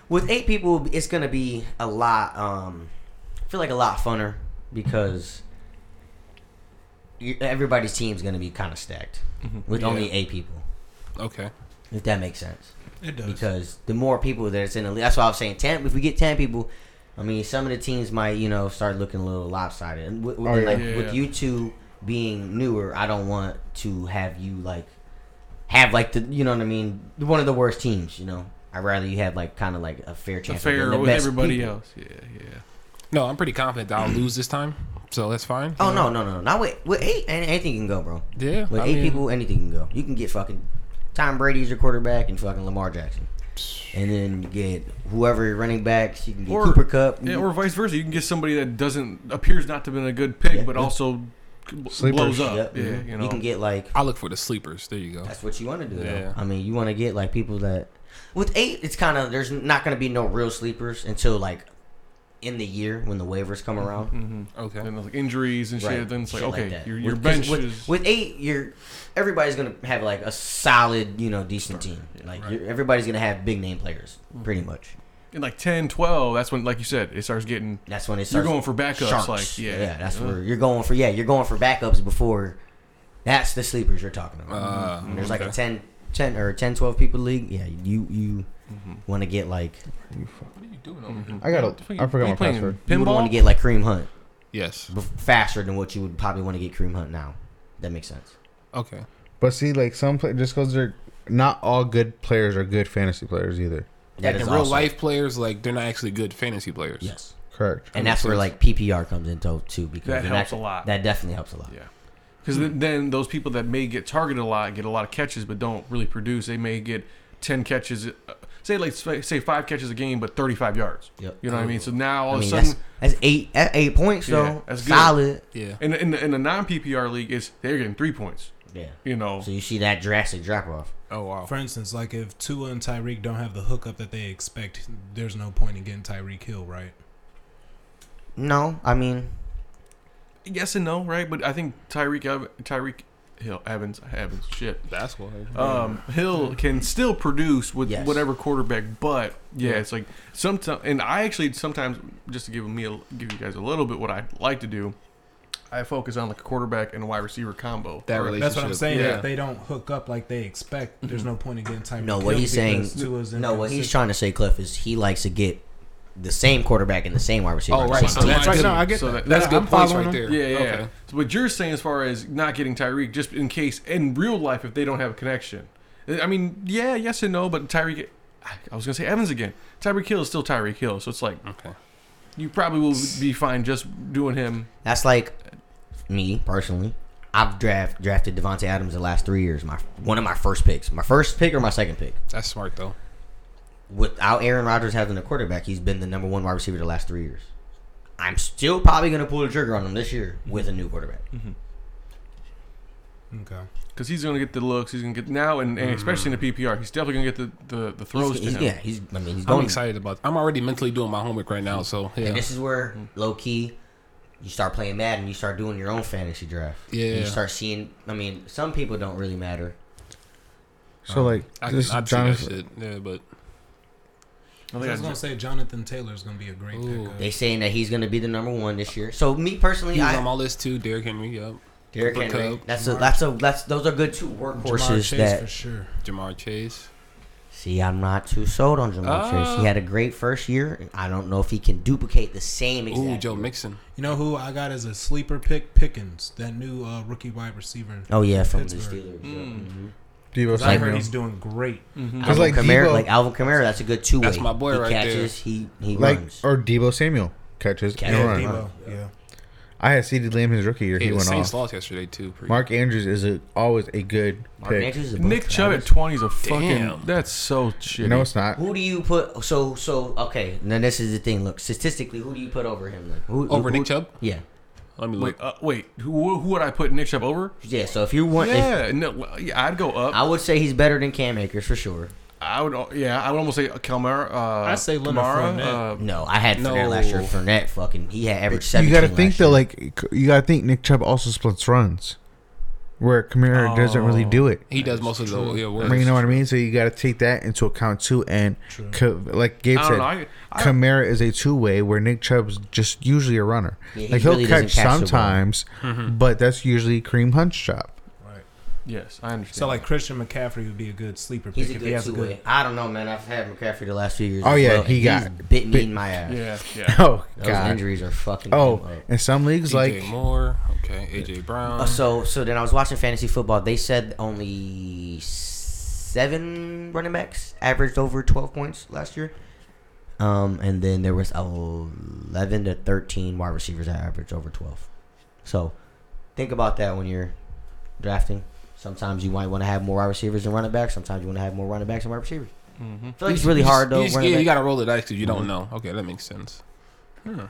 [SPEAKER 1] with eight people, it's gonna be a lot. Um, I feel like a lot funner because you, everybody's team's gonna be kind of stacked with
[SPEAKER 4] Mm-hmm.
[SPEAKER 5] Yeah.
[SPEAKER 1] only eight people,
[SPEAKER 5] Okay.
[SPEAKER 1] if that makes sense.
[SPEAKER 2] It does.
[SPEAKER 1] Because the more people that's in the league, that's why I was saying ten. If we get ten people. I mean, some of the teams might, you know, start looking a little lopsided. And with, with,
[SPEAKER 3] Oh, yeah.
[SPEAKER 1] like,
[SPEAKER 4] Yeah, yeah.
[SPEAKER 1] with you two being newer, I don't want to have you like have like the you know what I mean one of the worst teams. You know, I'd rather you have like kind of like a fair
[SPEAKER 4] A
[SPEAKER 1] chance. of
[SPEAKER 4] fair
[SPEAKER 1] getting the
[SPEAKER 4] with
[SPEAKER 1] best
[SPEAKER 4] everybody
[SPEAKER 1] people.
[SPEAKER 4] else. Yeah, yeah.
[SPEAKER 5] No, I'm pretty confident that I'll lose this time, so that's fine.
[SPEAKER 1] Oh no no no no! Not with with eight, an- anything can go, bro.
[SPEAKER 5] Yeah.
[SPEAKER 1] With
[SPEAKER 5] I
[SPEAKER 1] eight
[SPEAKER 5] mean,
[SPEAKER 1] people, anything can go. You can get fucking Tom Brady's your quarterback and fucking Lamar Jackson, and then you get whoever your running backs. You can get
[SPEAKER 4] Or-
[SPEAKER 1] Cooper Cup.
[SPEAKER 4] Yeah, or vice versa. You can get somebody that doesn't appears not to have been a good pick,
[SPEAKER 1] Yeah.
[SPEAKER 4] but also bl-
[SPEAKER 3] Sleepers.
[SPEAKER 4] blows up.
[SPEAKER 1] Yep.
[SPEAKER 4] Yeah,
[SPEAKER 1] Mhm.
[SPEAKER 4] you know.
[SPEAKER 1] can get like
[SPEAKER 5] I look for the sleepers. There you go.
[SPEAKER 1] That's what you want to do.
[SPEAKER 5] Yeah.
[SPEAKER 1] Though. I mean, you want to get like people that with eight, it's kind of there's not going to be no real sleepers until like in the year when the waivers come around.
[SPEAKER 4] hmm
[SPEAKER 5] Okay.
[SPEAKER 4] Then there's like injuries and shit.
[SPEAKER 1] Right.
[SPEAKER 4] Then it's like
[SPEAKER 1] Shit
[SPEAKER 4] okay,
[SPEAKER 1] that.
[SPEAKER 4] your, your
[SPEAKER 1] With- 'cause
[SPEAKER 4] bench
[SPEAKER 1] with,
[SPEAKER 4] is
[SPEAKER 1] with eight. You're everybody's gonna have like a solid, you know, decent team. Like
[SPEAKER 5] right.
[SPEAKER 1] you're, everybody's gonna have big name players,
[SPEAKER 4] Mm-hmm.
[SPEAKER 1] pretty much.
[SPEAKER 4] in like 10, 12, That's when, like you said, it starts getting.
[SPEAKER 1] That's when it
[SPEAKER 4] You're
[SPEAKER 1] starts.
[SPEAKER 4] going for backups,
[SPEAKER 1] sharks.
[SPEAKER 4] like yeah,
[SPEAKER 1] yeah. That's
[SPEAKER 4] Uh,
[SPEAKER 1] where you're going for. Yeah, you're going for backups before. That's the sleepers you're talking about.
[SPEAKER 4] Uh,
[SPEAKER 5] Ah,
[SPEAKER 1] When there's like a
[SPEAKER 5] okay.
[SPEAKER 1] 10, 10 or 10, 12 people league. Yeah, you you
[SPEAKER 4] Mm-hmm.
[SPEAKER 1] want to get like
[SPEAKER 5] What are you doing over here?
[SPEAKER 3] I got
[SPEAKER 4] What the fuck
[SPEAKER 3] a.
[SPEAKER 4] you-
[SPEAKER 3] I
[SPEAKER 4] what are
[SPEAKER 3] forgot
[SPEAKER 4] you
[SPEAKER 3] my
[SPEAKER 4] playing,
[SPEAKER 3] password.
[SPEAKER 1] you would
[SPEAKER 4] Pinball.
[SPEAKER 1] want to get like Cream Hunt
[SPEAKER 5] Yes.
[SPEAKER 1] bef- faster than what you would probably want to get Cream Hunt now. That makes sense.
[SPEAKER 5] Okay.
[SPEAKER 3] But see, like some play- just because they're not all good players are good fantasy players either.
[SPEAKER 1] That
[SPEAKER 5] like
[SPEAKER 1] is
[SPEAKER 5] in real
[SPEAKER 1] also-
[SPEAKER 5] life players, like they're not actually good fantasy players.
[SPEAKER 1] yes.
[SPEAKER 3] Correct.
[SPEAKER 1] And
[SPEAKER 5] That
[SPEAKER 1] that's
[SPEAKER 5] makes
[SPEAKER 1] where
[SPEAKER 5] sense.
[SPEAKER 1] like PPR comes into too because
[SPEAKER 4] That
[SPEAKER 1] then
[SPEAKER 4] helps
[SPEAKER 1] that-
[SPEAKER 4] a lot.
[SPEAKER 1] That definitely helps a lot.
[SPEAKER 4] Yeah. Because then those people that may get targeted a lot get a lot of catches, but don't really produce. They may get ten catches, uh, say like sp- say five catches a game, but thirty-five yards.
[SPEAKER 1] Yep. Oh.
[SPEAKER 4] You know what I mean? So now all
[SPEAKER 1] I
[SPEAKER 4] of a
[SPEAKER 1] mean
[SPEAKER 4] sudden,
[SPEAKER 1] that's, that's eight at eight points
[SPEAKER 4] Yeah,
[SPEAKER 1] though.
[SPEAKER 4] that's good.
[SPEAKER 1] Solid.
[SPEAKER 5] Yeah.
[SPEAKER 4] in the, in the, in the non PPR league, is they're getting three points.
[SPEAKER 1] Yeah.
[SPEAKER 4] You know,
[SPEAKER 1] So you see that drastic drop off.
[SPEAKER 5] Oh wow.
[SPEAKER 2] For instance, like if Tua and Tyreek don't have the hookup that they expect, there's no point in getting Tyreek Hill, right?
[SPEAKER 1] No, I mean
[SPEAKER 4] yes and no, right? But I think Tyreek Ev- Tyreek Hill Evans Evans shit.
[SPEAKER 5] That's why.
[SPEAKER 4] Um, Hill can still produce with
[SPEAKER 1] Yes.
[SPEAKER 4] whatever quarterback, but yeah, it's like sometimes. And I actually sometimes just to give me a, give you guys a little bit what I like to do. I focus on like a quarterback and a wide receiver combo.
[SPEAKER 5] That
[SPEAKER 4] Or-
[SPEAKER 2] That's what I'm
[SPEAKER 5] relationship.
[SPEAKER 2] saying.
[SPEAKER 4] Yeah.
[SPEAKER 2] If they don't hook up like they expect, there's no point in getting Tyreek.
[SPEAKER 1] No, what
[SPEAKER 2] Hill
[SPEAKER 1] he's saying-
[SPEAKER 2] because Tua's in
[SPEAKER 1] No,
[SPEAKER 2] there.
[SPEAKER 1] what he's trying to say, Cliff, is he likes to get the same quarterback and the same wide receiver.
[SPEAKER 5] Oh,
[SPEAKER 1] at the
[SPEAKER 5] right.
[SPEAKER 1] same
[SPEAKER 5] So
[SPEAKER 1] time.
[SPEAKER 5] that's
[SPEAKER 4] Right,
[SPEAKER 5] good.
[SPEAKER 4] no, I get
[SPEAKER 5] so
[SPEAKER 4] that.
[SPEAKER 5] That's
[SPEAKER 4] Yeah,
[SPEAKER 5] good
[SPEAKER 4] I'm
[SPEAKER 5] points
[SPEAKER 2] following
[SPEAKER 5] right
[SPEAKER 2] him.
[SPEAKER 5] there.
[SPEAKER 4] Yeah, yeah.
[SPEAKER 5] Okay.
[SPEAKER 4] So what you're saying as far as not getting Tyreek, just in case in real life if they don't have a connection. I mean, yeah, yes and no, but Tyreek. I was gonna say Evans again. Tyreek Hill is still Tyreek Hill, so it's like
[SPEAKER 5] Okay.
[SPEAKER 4] you probably will be fine just doing him.
[SPEAKER 1] That's like me personally. I've draft drafted Devonte Adams the last three years. My one of my first picks, my first pick or my second pick.
[SPEAKER 5] That's smart though.
[SPEAKER 1] Without Aaron Rodgers having a quarterback, he's been the number one wide receiver the last three years. I'm still probably going to pull the trigger on him this year with a new quarterback.
[SPEAKER 2] Okay.
[SPEAKER 4] Because he's going to get the looks, he's going to get now, and, and especially in the PPR, he's definitely going to get the, the, the throws
[SPEAKER 1] He's- he's-
[SPEAKER 4] to him.
[SPEAKER 1] yeah, he's. I mean, he's
[SPEAKER 5] I'm
[SPEAKER 1] going.
[SPEAKER 5] excited about. I'm already mentally doing my homework right now. So yeah.
[SPEAKER 1] And this is where low key, you start playing Madden, you start doing your own fantasy draft. And
[SPEAKER 5] Yeah.
[SPEAKER 1] you start seeing. I mean, some people don't really matter.
[SPEAKER 3] So like
[SPEAKER 5] I
[SPEAKER 3] this
[SPEAKER 5] can Jonathan,
[SPEAKER 3] Jonathan,
[SPEAKER 5] see that shit. Yeah, but
[SPEAKER 4] I
[SPEAKER 2] I
[SPEAKER 4] think I
[SPEAKER 2] was Oh, gonna
[SPEAKER 4] just-
[SPEAKER 2] say Jonathan Taylor's gonna be a great
[SPEAKER 5] Ooh.
[SPEAKER 2] pickup.
[SPEAKER 1] They saying that he's going to be the number one this year. So me personally,
[SPEAKER 5] he's
[SPEAKER 1] I,
[SPEAKER 5] on my list too. Derrick Henry, yep.
[SPEAKER 1] Derrick
[SPEAKER 5] Cooper
[SPEAKER 1] Henry.
[SPEAKER 5] Cup.
[SPEAKER 1] That's a that's a that's those are good two
[SPEAKER 2] Jamar
[SPEAKER 1] workhorses
[SPEAKER 2] Chase
[SPEAKER 1] that.
[SPEAKER 2] for sure.
[SPEAKER 5] Jamar Chase.
[SPEAKER 1] See, I'm not too sold on Jamal Chase.
[SPEAKER 5] Uh,
[SPEAKER 1] He had a great first year. I don't know if he can duplicate the same.
[SPEAKER 5] Ooh,
[SPEAKER 1] Exact
[SPEAKER 5] Joe Mixon.
[SPEAKER 2] You know who I got as a sleeper pick? Pickens, that new uh, rookie wide receiver.
[SPEAKER 1] Oh yeah, from the
[SPEAKER 2] Pittsburgh.
[SPEAKER 1] Steelers.
[SPEAKER 4] Mm.
[SPEAKER 3] Debo
[SPEAKER 2] I heard
[SPEAKER 3] Samuel.
[SPEAKER 2] he's doing great.
[SPEAKER 4] Mhm.
[SPEAKER 1] Because
[SPEAKER 3] like
[SPEAKER 1] like Kamara,
[SPEAKER 3] Debo-
[SPEAKER 1] like Alvin Kamara, that's a good two way.
[SPEAKER 5] That's my boy
[SPEAKER 1] he
[SPEAKER 5] right there.
[SPEAKER 1] catches, He he
[SPEAKER 3] like
[SPEAKER 1] runs.
[SPEAKER 3] or Debo Samuel catches
[SPEAKER 1] Catch-
[SPEAKER 3] and
[SPEAKER 2] Yeah,
[SPEAKER 3] run.
[SPEAKER 2] Debo. Yeah.
[SPEAKER 3] I had CeeDee Lamb his rookie year.
[SPEAKER 5] Hey,
[SPEAKER 3] he
[SPEAKER 5] the
[SPEAKER 3] went
[SPEAKER 5] Saints
[SPEAKER 3] off.
[SPEAKER 5] lost yesterday too. Pretty-
[SPEAKER 3] Mark Andrews is a, always a good
[SPEAKER 1] Mark
[SPEAKER 3] pick.
[SPEAKER 1] Andrews is above
[SPEAKER 4] Nick Chubb at
[SPEAKER 1] Travis.
[SPEAKER 4] 20 is a fucking.
[SPEAKER 5] Damn.
[SPEAKER 4] That's so shitty.
[SPEAKER 3] No, it's not.
[SPEAKER 1] Who do you put? So so okay. Now this is the thing. Look, statistically, who do you put over him? Like who
[SPEAKER 5] over
[SPEAKER 1] who-
[SPEAKER 5] Oh, Nick Chubb.
[SPEAKER 1] Yeah,
[SPEAKER 5] Let me
[SPEAKER 4] wait,
[SPEAKER 5] look.
[SPEAKER 4] uh, wait. Who, who would I put Nick Chubb over?
[SPEAKER 1] yeah. So if you want, if,
[SPEAKER 4] yeah, no, well, yeah, I'd go up.
[SPEAKER 1] I would say he's better than Cam Akers for sure.
[SPEAKER 4] I would, yeah, I would almost say Kamara. Uh,
[SPEAKER 2] I'd say Leonard
[SPEAKER 4] Kamara.
[SPEAKER 2] Fournette.
[SPEAKER 4] Uh,
[SPEAKER 1] No, I had Fournette last year.
[SPEAKER 5] No.
[SPEAKER 1] Fournette, fucking, he had average seventeen.
[SPEAKER 3] You got to
[SPEAKER 1] last
[SPEAKER 3] think
[SPEAKER 1] year.
[SPEAKER 3] though, like you got to think Nick Chubb also splits runs, where Kamara doesn't really do it.
[SPEAKER 5] He does most of the yeah
[SPEAKER 3] I
[SPEAKER 5] work.
[SPEAKER 3] mean, you know what I mean. So you got to take that into account too. And
[SPEAKER 2] True.
[SPEAKER 3] co- like Gabe
[SPEAKER 4] I don't
[SPEAKER 3] said,
[SPEAKER 4] know. I, I,
[SPEAKER 3] Kamara is a two way where Nick Chubb's just usually a runner.
[SPEAKER 1] Yeah, he
[SPEAKER 3] like he'll
[SPEAKER 1] really doesn't
[SPEAKER 3] catch
[SPEAKER 1] catch the ball.
[SPEAKER 3] sometimes,
[SPEAKER 4] Mm-hmm.
[SPEAKER 3] but that's usually Cream Hunt's job.
[SPEAKER 2] Right.
[SPEAKER 4] yes, I understand.
[SPEAKER 2] So like Christian McCaffrey would be a good sleeper
[SPEAKER 1] He's
[SPEAKER 2] pick
[SPEAKER 1] a
[SPEAKER 2] if he
[SPEAKER 1] good
[SPEAKER 2] has a
[SPEAKER 1] two
[SPEAKER 2] good.
[SPEAKER 1] way. I don't know, man. I've had McCaffrey the last few years.
[SPEAKER 3] Oh,
[SPEAKER 1] as
[SPEAKER 3] yeah,
[SPEAKER 1] well,
[SPEAKER 3] he
[SPEAKER 1] and
[SPEAKER 3] got
[SPEAKER 1] he's bit me
[SPEAKER 3] bit-
[SPEAKER 1] in my ass.
[SPEAKER 4] yeah, yeah.
[SPEAKER 3] Oh
[SPEAKER 1] Those
[SPEAKER 3] God.
[SPEAKER 1] injuries are fucking.
[SPEAKER 3] Oh,
[SPEAKER 1] him up.
[SPEAKER 3] in some leagues
[SPEAKER 5] AJ
[SPEAKER 3] like
[SPEAKER 5] Moore. Okay, AJ Brown.
[SPEAKER 1] Uh, so so then I was watching fantasy football. They said only seven running backs averaged over twelve points last year. Um, and then there was eleven to thirteen wide receivers that averaged over twelve. So think about that when you're drafting. Sometimes you might want to have more wide receivers than running backs. Sometimes you want to have more running backs than wide receivers.
[SPEAKER 4] mm-hmm.
[SPEAKER 1] I feel like it's really
[SPEAKER 5] You just-
[SPEAKER 1] hard though.
[SPEAKER 5] you just-
[SPEAKER 1] running
[SPEAKER 5] yeah, you
[SPEAKER 1] back. Mm-hmm.
[SPEAKER 5] got to roll the dice because you don't know. Okay, that makes sense. Hmm.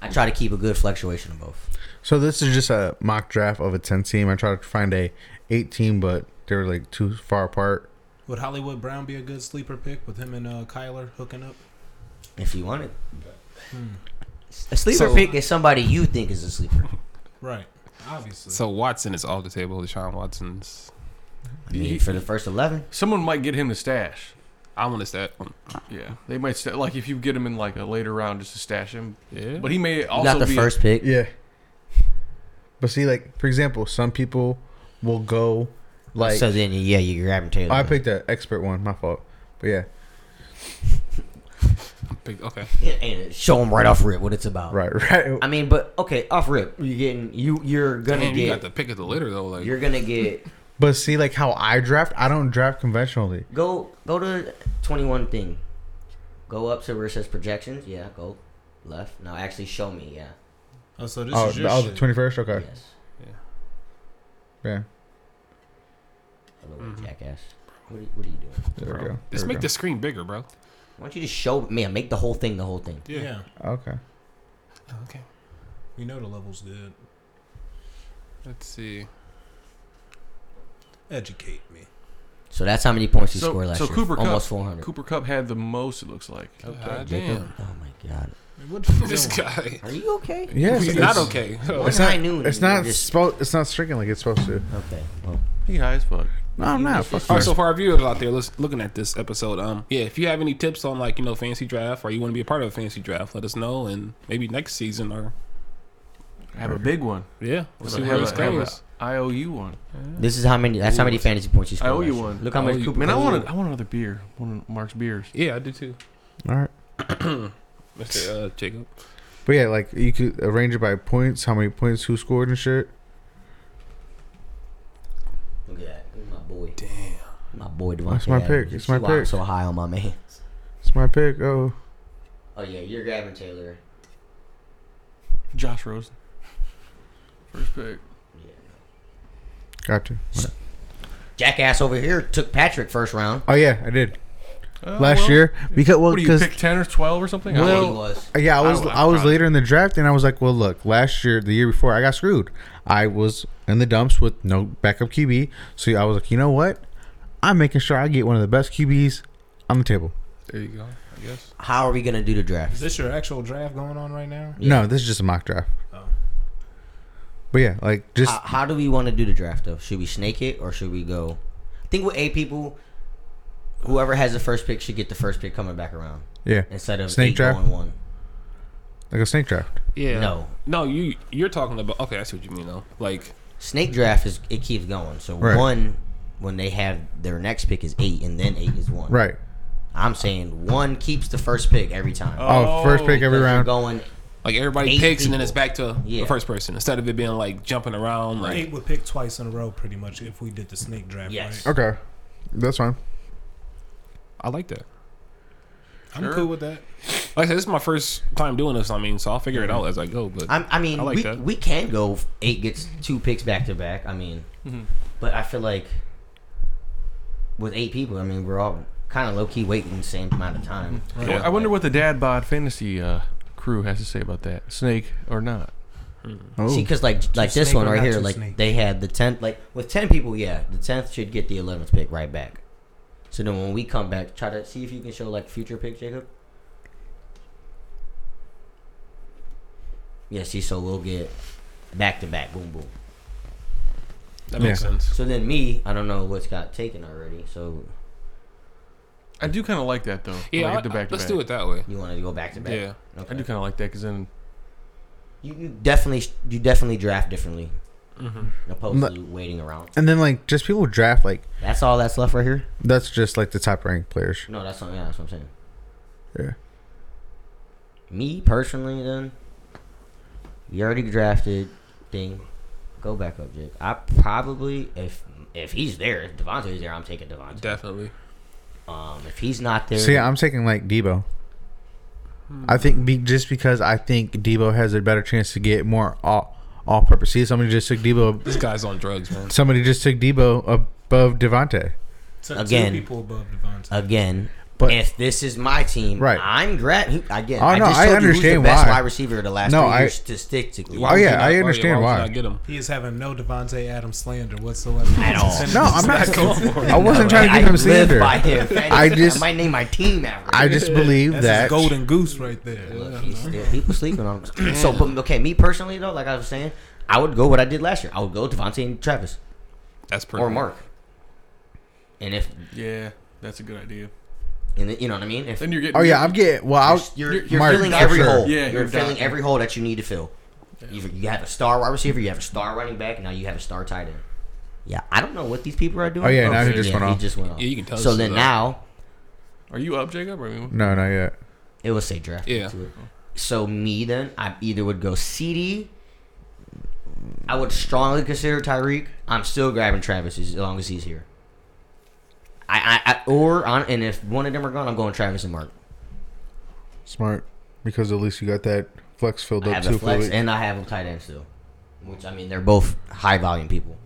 [SPEAKER 1] I try to keep a good fluctuation of both.
[SPEAKER 3] so. This is just a mock draft of a ten team. I tried to find a eight team, but they were like too far apart.
[SPEAKER 2] Would Hollywood Brown be a good sleeper pick with him and uh, Kyler hooking up?
[SPEAKER 1] If you want it,
[SPEAKER 2] Hmm.
[SPEAKER 1] a sleeper
[SPEAKER 5] So-
[SPEAKER 1] pick is somebody you think is a sleeper.
[SPEAKER 2] Right. Obviously.
[SPEAKER 5] So Watson is off the table. Deshaun Watson's.
[SPEAKER 1] I mean, for the first eleven,
[SPEAKER 4] Someone might get him to stash.
[SPEAKER 5] I want to stat. one.
[SPEAKER 4] Yeah, they might sta- like if you get him in like a later round just to stash him.
[SPEAKER 5] Yeah.
[SPEAKER 4] But he may
[SPEAKER 1] you
[SPEAKER 4] also
[SPEAKER 1] got the
[SPEAKER 4] be
[SPEAKER 1] first pick.
[SPEAKER 3] Yeah. But see, like for example, some people will go like
[SPEAKER 1] so then, yeah, you're grabbing Taylor.
[SPEAKER 3] I picked the expert one. My fault. But yeah,
[SPEAKER 5] Big- okay.
[SPEAKER 1] and show them right off rip what it's about.
[SPEAKER 3] right, right.
[SPEAKER 1] I mean, but okay, off rip, you're getting you you're gonna
[SPEAKER 5] Damn, you got
[SPEAKER 1] get
[SPEAKER 5] the pick of the litter though. Like
[SPEAKER 1] you're gonna get
[SPEAKER 3] But see, like how I draft, I don't draft conventionally.
[SPEAKER 1] go go to twenty one thing, go up to where it says projections. Yeah, go left. Now actually show me. Yeah,
[SPEAKER 2] oh, so this
[SPEAKER 3] Oh,
[SPEAKER 2] is your
[SPEAKER 3] oh, the
[SPEAKER 2] shit.
[SPEAKER 3] twenty first. Okay,
[SPEAKER 1] yes.
[SPEAKER 3] yeah.
[SPEAKER 1] Other way,
[SPEAKER 5] Mm-hmm.
[SPEAKER 1] jackass. What are, you- what are you doing?
[SPEAKER 3] There we
[SPEAKER 5] bro.
[SPEAKER 3] go. There
[SPEAKER 5] Just
[SPEAKER 3] we
[SPEAKER 5] make
[SPEAKER 3] go.
[SPEAKER 5] the screen bigger, bro.
[SPEAKER 1] Why don't you just show man? Make the whole thing the whole thing.
[SPEAKER 2] yeah.
[SPEAKER 3] Okay.
[SPEAKER 5] Okay.
[SPEAKER 2] We know the level's good.
[SPEAKER 5] Let's see.
[SPEAKER 2] Educate me.
[SPEAKER 1] So that's how many points he
[SPEAKER 4] So-
[SPEAKER 1] scored last
[SPEAKER 4] so
[SPEAKER 1] year.
[SPEAKER 4] Cooper Kupp-
[SPEAKER 1] almost four hundred.
[SPEAKER 4] Cooper Cup had the most. It looks like.
[SPEAKER 5] God
[SPEAKER 1] Jacob.
[SPEAKER 5] damn.
[SPEAKER 1] Oh my god.
[SPEAKER 2] Man, What you
[SPEAKER 5] This
[SPEAKER 2] doing?
[SPEAKER 5] guy.
[SPEAKER 1] Are you okay?
[SPEAKER 3] Yeah,
[SPEAKER 5] He's
[SPEAKER 3] it's,
[SPEAKER 5] not
[SPEAKER 3] it's-
[SPEAKER 5] okay.
[SPEAKER 3] It's
[SPEAKER 1] High
[SPEAKER 3] not.
[SPEAKER 1] noon,
[SPEAKER 3] It's
[SPEAKER 1] you're
[SPEAKER 3] not
[SPEAKER 1] just-
[SPEAKER 3] supposed. It's not stricken like it's supposed to.
[SPEAKER 1] Okay. Well,
[SPEAKER 4] He high as fuck.
[SPEAKER 3] No, I'm not. Fuck
[SPEAKER 5] All
[SPEAKER 3] you.
[SPEAKER 5] right, so for our viewers out there lis- looking at this episode, um, yeah, if you have any tips on like you know fancy draft or you want to be a part of a fancy draft, let us know, and maybe next season or
[SPEAKER 4] I have a big one.
[SPEAKER 5] Yeah, we'll
[SPEAKER 4] I
[SPEAKER 5] see where
[SPEAKER 4] have
[SPEAKER 5] this
[SPEAKER 4] a- I have a
[SPEAKER 5] goes.
[SPEAKER 4] IOU one.
[SPEAKER 1] This is how many. That's how many fantasy points you
[SPEAKER 4] I
[SPEAKER 1] scored.
[SPEAKER 4] owe you
[SPEAKER 1] last year.
[SPEAKER 4] one.
[SPEAKER 1] Look how
[SPEAKER 5] I owe
[SPEAKER 1] much
[SPEAKER 5] you-
[SPEAKER 1] Cooper.
[SPEAKER 4] Man, I
[SPEAKER 1] Kupp-
[SPEAKER 4] want, a, I want another beer. One of Mark's beers.
[SPEAKER 5] Yeah, I do too,
[SPEAKER 3] All right.
[SPEAKER 5] Mister uh, Jacob.
[SPEAKER 3] But yeah, like you could arrange it by points, how many points, who scored and shit.
[SPEAKER 1] Look at that. Look at My boy.
[SPEAKER 5] Damn.
[SPEAKER 1] My boy Devontae.
[SPEAKER 3] That's my pick.
[SPEAKER 1] Adams.
[SPEAKER 3] It's my
[SPEAKER 1] That's why I'm
[SPEAKER 3] pick.
[SPEAKER 1] So high on my man.
[SPEAKER 3] It's my pick. Oh,
[SPEAKER 1] Oh yeah, you're grabbing Taylor.
[SPEAKER 4] Josh Rosen. First pick.
[SPEAKER 1] Yeah.
[SPEAKER 3] gotcha.
[SPEAKER 1] Jackass over here took Patrick first round.
[SPEAKER 3] Oh yeah, I did
[SPEAKER 4] Uh,
[SPEAKER 3] last
[SPEAKER 4] well,
[SPEAKER 3] year because well
[SPEAKER 4] What do you
[SPEAKER 3] because
[SPEAKER 4] pick? Ten or twelve or something? I don't
[SPEAKER 1] Well,
[SPEAKER 4] know.
[SPEAKER 1] he was.
[SPEAKER 3] yeah I was
[SPEAKER 4] I
[SPEAKER 3] I,
[SPEAKER 4] would
[SPEAKER 3] was
[SPEAKER 4] probably-
[SPEAKER 3] later in the draft and I was like, well look, last year the year before I got screwed. I was in the dumps with no backup QB, so I was like, you know what? I'm making sure I get one of the best QBs on the table.
[SPEAKER 5] There you go. I guess.
[SPEAKER 1] How are we gonna do the draft?
[SPEAKER 2] Is this your actual draft going on right now?
[SPEAKER 1] Yeah.
[SPEAKER 3] No, this is just a mock draft.
[SPEAKER 2] Oh.
[SPEAKER 3] But yeah, like just
[SPEAKER 1] how, how do we want to do the draft though? Should we snake it or should we go? I think with eight people, whoever has the first pick should get the first pick coming back around
[SPEAKER 3] yeah,
[SPEAKER 1] instead of
[SPEAKER 3] Snake
[SPEAKER 1] eight
[SPEAKER 3] draft?
[SPEAKER 1] going one.
[SPEAKER 3] like a snake draft.
[SPEAKER 5] Yeah.
[SPEAKER 1] No.
[SPEAKER 5] No, you you're talking about. Okay, I see what you mean though. Like,
[SPEAKER 1] Snake draft is it keeps going. So
[SPEAKER 3] Right.
[SPEAKER 1] one when they have their next pick is eight, and then eight is one.
[SPEAKER 3] Right.
[SPEAKER 1] I'm saying one keeps the first pick every time.
[SPEAKER 3] Oh, first pick
[SPEAKER 1] Because
[SPEAKER 3] every
[SPEAKER 1] you're
[SPEAKER 3] round.
[SPEAKER 1] going.
[SPEAKER 5] like everybody
[SPEAKER 1] Eight
[SPEAKER 5] picks and then
[SPEAKER 1] people.
[SPEAKER 5] it's back to
[SPEAKER 1] Yeah.
[SPEAKER 5] the first person instead of it being like jumping around. Like,
[SPEAKER 2] Eight would pick twice in a row, pretty much, if we did the snake draft.
[SPEAKER 1] Yes.
[SPEAKER 2] Right?
[SPEAKER 3] Okay, that's fine.
[SPEAKER 5] I like that.
[SPEAKER 2] I'm
[SPEAKER 4] Sure.
[SPEAKER 2] cool with that.
[SPEAKER 5] Like I said, this is my first time doing this. I mean, so I'll figure it out as I go. But
[SPEAKER 1] I'm, I mean,
[SPEAKER 5] I like
[SPEAKER 1] we,
[SPEAKER 5] that.
[SPEAKER 1] we can go f- eight gets two picks back to back. I mean,
[SPEAKER 5] Mm-hmm.
[SPEAKER 4] Mhm.
[SPEAKER 1] but I feel like with eight people, I mean, we're all kind of low key waiting the same amount of
[SPEAKER 5] Mm-hmm.
[SPEAKER 1] time.
[SPEAKER 4] I I wonder what the dad bod fantasy uh, crew has to say about that. Snake or not?
[SPEAKER 3] Oh,
[SPEAKER 1] See, because like like this
[SPEAKER 2] snake
[SPEAKER 1] one
[SPEAKER 2] or
[SPEAKER 1] right
[SPEAKER 2] not
[SPEAKER 1] here,
[SPEAKER 2] too
[SPEAKER 1] like
[SPEAKER 2] snake?
[SPEAKER 1] they had the tenth, like with ten people, yeah, the tenth should get the eleventh pick right back. So then when we come back, try to see if you can show like future pick, Jacob. Yeah, see, so we'll get back to back, boom, boom.
[SPEAKER 5] that makes
[SPEAKER 3] Yeah.
[SPEAKER 5] sense.
[SPEAKER 1] So then me, I don't know what's got taken already. So
[SPEAKER 4] I do kind of like that though.
[SPEAKER 5] Yeah,
[SPEAKER 4] like
[SPEAKER 5] I- I- let's do it that way.
[SPEAKER 1] you want to go back to back?
[SPEAKER 5] Yeah,
[SPEAKER 1] Okay.
[SPEAKER 4] I do kind of like that because then
[SPEAKER 1] You, you definitely you definitely draft differently
[SPEAKER 5] mm-hmm.
[SPEAKER 1] opposed
[SPEAKER 3] But-
[SPEAKER 1] to waiting around.
[SPEAKER 3] and then like just people draft like
[SPEAKER 1] That's all that's left right here.
[SPEAKER 3] that's just like the top ranked players.
[SPEAKER 1] No, that's not. Yeah, that's what I'm saying.
[SPEAKER 3] Yeah.
[SPEAKER 1] Me personally, then you already drafted thing. Go back up, Jake. I probably if if he's there, if Devontae's there, I'm taking Devontae.
[SPEAKER 5] definitely.
[SPEAKER 1] Um, if he's not there,
[SPEAKER 3] See, I'm taking like Debo. I think be, just because I think Debo has a better chance to get more all all purpose. See, somebody just took Debo.
[SPEAKER 5] This guy's on drugs, man.
[SPEAKER 3] Somebody just took Debo above Devontae.
[SPEAKER 2] Took
[SPEAKER 1] Again.
[SPEAKER 2] two people above Devontae.
[SPEAKER 1] again.
[SPEAKER 3] But-
[SPEAKER 1] if this is my team,
[SPEAKER 3] Right.
[SPEAKER 1] I'm grad. Again,
[SPEAKER 3] Oh,
[SPEAKER 1] I
[SPEAKER 3] no,
[SPEAKER 1] just
[SPEAKER 3] I
[SPEAKER 1] told you who's the
[SPEAKER 3] understand
[SPEAKER 1] best
[SPEAKER 3] why.
[SPEAKER 1] wide receiver of the last
[SPEAKER 3] No,
[SPEAKER 1] three
[SPEAKER 3] I-
[SPEAKER 1] years statistically.
[SPEAKER 5] Why would
[SPEAKER 3] yeah,
[SPEAKER 5] you
[SPEAKER 3] I
[SPEAKER 5] why-
[SPEAKER 3] understand
[SPEAKER 5] would you
[SPEAKER 3] why.
[SPEAKER 5] not get him?
[SPEAKER 2] He is having no Devonte Adams slander whatsoever.
[SPEAKER 1] At all.
[SPEAKER 3] No, I'm not. I wasn't
[SPEAKER 1] Like,
[SPEAKER 3] trying to
[SPEAKER 1] I
[SPEAKER 3] give him
[SPEAKER 1] live
[SPEAKER 3] slander.
[SPEAKER 1] by him.
[SPEAKER 3] I just-
[SPEAKER 1] I might name my team after.
[SPEAKER 3] I
[SPEAKER 1] him.
[SPEAKER 3] just believe
[SPEAKER 2] That's that
[SPEAKER 3] that.
[SPEAKER 2] golden goose right there.
[SPEAKER 1] Look, he's still, people sleeping on him. so, but, okay, me personally though, like I was saying, I would go what I did last year. I would go Devontae and Travis
[SPEAKER 5] That's pretty.
[SPEAKER 1] or Mark. And if
[SPEAKER 4] yeah, that's a good idea.
[SPEAKER 1] and the- you know what I mean, if
[SPEAKER 4] Then you're getting
[SPEAKER 3] Oh yeah, I'm getting. Well, I'll,
[SPEAKER 1] you're,
[SPEAKER 4] you're-
[SPEAKER 1] you're
[SPEAKER 3] Mark,
[SPEAKER 1] filling
[SPEAKER 3] for
[SPEAKER 1] every
[SPEAKER 3] sure.
[SPEAKER 1] hole,
[SPEAKER 4] Yeah,
[SPEAKER 1] you're,
[SPEAKER 4] you're
[SPEAKER 1] filling
[SPEAKER 4] done.
[SPEAKER 1] every hole that you need to fill. You, you have a star wide receiver, you have a star running back, and now you have a star tight end. Yeah, I don't know what these people are doing.
[SPEAKER 3] Oh, yeah, now he just
[SPEAKER 1] yeah,
[SPEAKER 3] went
[SPEAKER 1] he
[SPEAKER 3] off.
[SPEAKER 1] just went off.
[SPEAKER 5] Yeah, you can tell
[SPEAKER 1] So
[SPEAKER 5] this
[SPEAKER 1] then
[SPEAKER 5] is, uh,
[SPEAKER 1] now
[SPEAKER 4] Are you up, Jacob? Or you-
[SPEAKER 3] no, not yet.
[SPEAKER 1] It will say draft.
[SPEAKER 5] Yeah.
[SPEAKER 1] to it. So me then, I either would go CD. I would strongly consider Tyreek. I'm still grabbing Travis as long as he's here. I, I, I or on, and if one of them are gone, I'm going Travis and Mark.
[SPEAKER 3] Smart, because at least you got that flex filled
[SPEAKER 1] I
[SPEAKER 3] up
[SPEAKER 1] have a
[SPEAKER 3] too.
[SPEAKER 1] flex
[SPEAKER 3] Flex
[SPEAKER 1] and I have a tight end still, which I mean they're both high volume people.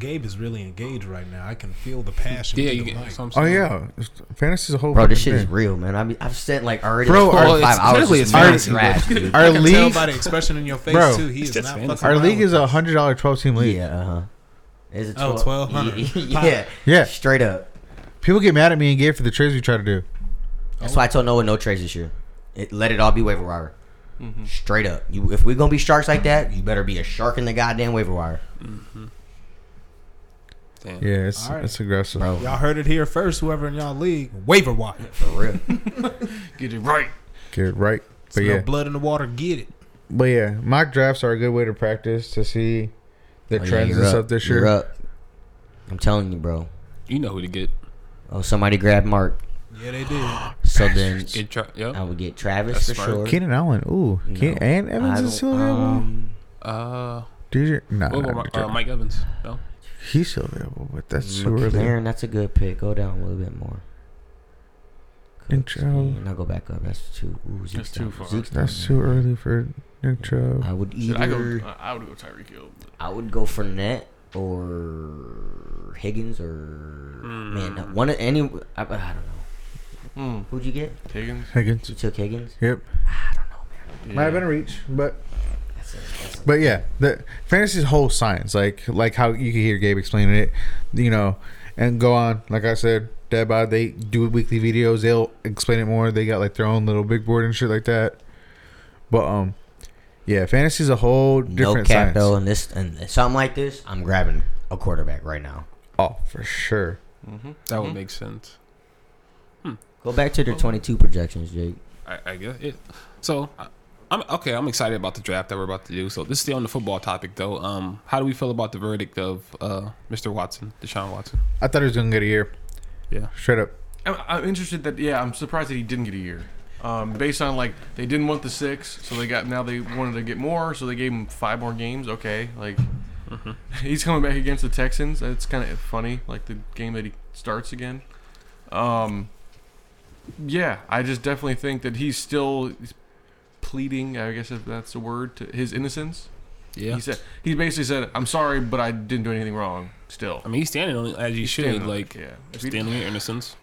[SPEAKER 2] Gabe is really engaged right now. I can feel the passion.
[SPEAKER 5] Yeah,
[SPEAKER 2] through
[SPEAKER 5] you
[SPEAKER 2] the
[SPEAKER 5] get.
[SPEAKER 2] mic.
[SPEAKER 5] that's what I'm
[SPEAKER 3] oh
[SPEAKER 5] saying.
[SPEAKER 3] yeah, fantasy's a whole.
[SPEAKER 1] Bro, this
[SPEAKER 3] fucking
[SPEAKER 1] shit is
[SPEAKER 3] thing.
[SPEAKER 1] real, man. I mean, I've spent like already
[SPEAKER 3] Bro,
[SPEAKER 1] four
[SPEAKER 5] oh,
[SPEAKER 1] or
[SPEAKER 5] it's-
[SPEAKER 1] five hours.
[SPEAKER 5] technically
[SPEAKER 1] just
[SPEAKER 5] it's
[SPEAKER 1] mad
[SPEAKER 3] fantasy,
[SPEAKER 1] draft, dude.
[SPEAKER 3] Our
[SPEAKER 2] I can tell
[SPEAKER 3] league,
[SPEAKER 2] by the expression in your face
[SPEAKER 3] Bro,
[SPEAKER 2] too. He is
[SPEAKER 5] that's
[SPEAKER 2] not
[SPEAKER 5] fantasy.
[SPEAKER 2] fucking
[SPEAKER 3] our
[SPEAKER 2] around
[SPEAKER 3] league
[SPEAKER 2] with
[SPEAKER 3] is a hundred dollar twelve team league.
[SPEAKER 1] Yeah, uh huh. Is it
[SPEAKER 2] Oh, 1200.
[SPEAKER 1] yeah,
[SPEAKER 3] Yeah.
[SPEAKER 1] straight up.
[SPEAKER 3] People get mad at me and Gabe for the trades we try to do.
[SPEAKER 5] Oh.
[SPEAKER 1] That's why I told Noah no trades this year. It, let it all be waiver wire.
[SPEAKER 5] Mm-hmm.
[SPEAKER 1] Straight up. You, if we're gonna be sharks like that, you better be a shark in the goddamn waiver wire,
[SPEAKER 5] Damn.
[SPEAKER 3] Yeah, it's
[SPEAKER 2] All right.
[SPEAKER 3] it's aggressive.
[SPEAKER 1] bro.
[SPEAKER 2] Y'all heard it here first. Whoever in y'all league, waiver wire.
[SPEAKER 1] For real. Oh,
[SPEAKER 4] Get it right.
[SPEAKER 3] Mm. Get it right, but
[SPEAKER 2] There's
[SPEAKER 3] yeah,
[SPEAKER 2] no blood in the water. Get it.
[SPEAKER 3] But yeah, mock drafts are a good way to practice to see the
[SPEAKER 1] Oh, yeah,
[SPEAKER 3] trends
[SPEAKER 1] you're
[SPEAKER 3] and
[SPEAKER 1] up.
[SPEAKER 3] stuff this year.
[SPEAKER 1] You're up. I'm telling you, bro.
[SPEAKER 5] You know who to get.
[SPEAKER 1] Oh, somebody grab Mark.
[SPEAKER 2] Yeah, they did.
[SPEAKER 1] So then
[SPEAKER 5] Get tra-
[SPEAKER 1] I
[SPEAKER 5] yep.
[SPEAKER 1] would get Travis
[SPEAKER 5] That's
[SPEAKER 1] for
[SPEAKER 5] smart.
[SPEAKER 1] sure.
[SPEAKER 3] Keenan Allen, ooh,
[SPEAKER 1] No.
[SPEAKER 3] Keenan, and
[SPEAKER 1] I
[SPEAKER 3] Evans is
[SPEAKER 1] don't-
[SPEAKER 3] still available.
[SPEAKER 1] um,
[SPEAKER 3] Oh.
[SPEAKER 5] Uh,
[SPEAKER 3] Dude, you're- nah,
[SPEAKER 5] what
[SPEAKER 3] nah,
[SPEAKER 5] about
[SPEAKER 3] you're
[SPEAKER 5] my- uh,
[SPEAKER 3] joking.
[SPEAKER 5] Mike Evans. No.
[SPEAKER 3] he's still available, but
[SPEAKER 1] Mm,
[SPEAKER 3] that's too early.
[SPEAKER 1] McLaren, that's a good pick. Go down a little bit more.
[SPEAKER 3] Nick
[SPEAKER 1] Cooks,
[SPEAKER 3] Chubb.
[SPEAKER 1] And I'll go back up. That's too. Ooh, Zeke's
[SPEAKER 4] too
[SPEAKER 1] down.
[SPEAKER 4] far.
[SPEAKER 1] Zeke's down
[SPEAKER 3] That's
[SPEAKER 1] there.
[SPEAKER 3] too early for Nick Chubb.
[SPEAKER 1] I would
[SPEAKER 4] Should I go?
[SPEAKER 1] either.
[SPEAKER 4] uh, I would go Tyreek Hill.
[SPEAKER 1] I would go for Net or Higgins or man no, one of any. I, I don't know.
[SPEAKER 4] Hmm.
[SPEAKER 1] Who'd you get?
[SPEAKER 4] Higgins.
[SPEAKER 3] Higgins.
[SPEAKER 1] You took Higgins.
[SPEAKER 3] Yep. Might have been a reach, but
[SPEAKER 1] That's it. That's it.
[SPEAKER 3] but yeah, the fantasy's whole science, like like how you can hear Gabe explaining it, you know, and go on. Like I said, Deadbot, they do weekly videos. They'll explain it more. They got like their own little big board and shit like that. But um, yeah, fantasy's a whole
[SPEAKER 1] No
[SPEAKER 3] different
[SPEAKER 1] cap
[SPEAKER 3] science.
[SPEAKER 1] though, and this and something like this, I'm grabbing a quarterback right now.
[SPEAKER 3] Oh, for sure.
[SPEAKER 4] Mm-hmm.
[SPEAKER 5] That would make sense.
[SPEAKER 1] Go back
[SPEAKER 4] Oh.
[SPEAKER 1] to their 22 projections, Jake.
[SPEAKER 5] I, I guess it. So, I- I'm okay. I'm excited about the draft that we're about to do. So, this is on the football topic, though. Um, how do we feel about the verdict of uh, Mr. Watson, Deshaun Watson?
[SPEAKER 3] I thought he was gonna get a year.
[SPEAKER 5] Yeah.
[SPEAKER 3] Straight up.
[SPEAKER 4] I'm, I'm interested that yeah, I'm surprised that he didn't get a year. Um, based on like they didn't want the six, so they got now they wanted to get more, so they gave him five more games. Okay, like he's coming back against the Texans. That's kind of funny, like the game that he starts again. Um, yeah, I just definitely think that he's still pleading. I guess if that's the word to his innocence.
[SPEAKER 5] Yeah.
[SPEAKER 4] He said he basically said, "I'm sorry, but I didn't do anything wrong." Still,
[SPEAKER 5] I mean, he's standing on it as he should,
[SPEAKER 4] Standing on it,
[SPEAKER 5] like
[SPEAKER 4] yeah. If he-
[SPEAKER 5] standing on your innocence.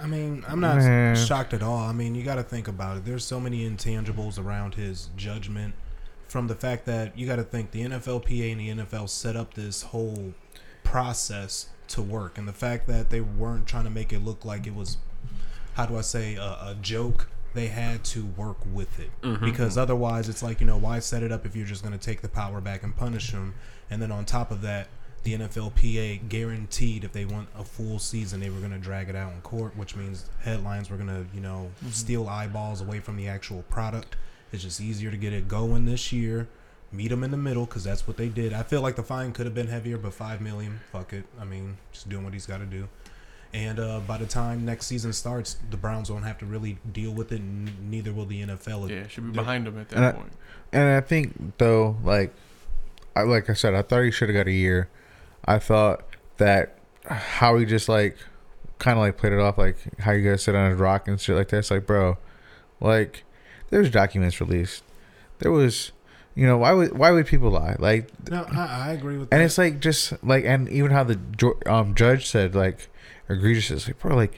[SPEAKER 2] I mean, I'm not
[SPEAKER 3] Man.
[SPEAKER 2] shocked at all. I mean, you got to think about it. There's so many intangibles around his judgment, from the fact that you got to think the NFLPA and the NFL set up this whole process to work, and the fact that they weren't trying to make it look like it was, how do I say, a, a joke. They had to work with it because otherwise, it's like you know, why set it up if you're just going to take the power back and punish them? And then on top of that, the NFLPA guaranteed if they want a full season, they were going to drag it out in court, which means headlines were going to, you know, steal eyeballs away from the actual product. It's just easier to get it going this year. Meet them in the middle because that's what they did. I feel like the fine could have been heavier, but five million, fuck it. I mean, just doing what he's got to do. And uh, by the time next season starts, the Browns won't have to really deal with it. And neither will the NFL.
[SPEAKER 4] yeah, should be behind him at that
[SPEAKER 3] And I-
[SPEAKER 4] point.
[SPEAKER 3] And I think though, like, I like I said, I thought he should have got a year. I thought that how he just like kind of like played it off, like how you guys sit on his rock and shit like that. It's like, bro, like there's documents released. There was, you know, why would why would people lie? Like,
[SPEAKER 2] No, I, I agree with that.
[SPEAKER 3] and it's like just like, and even how the ju- um judge said like egregious is like, bro, like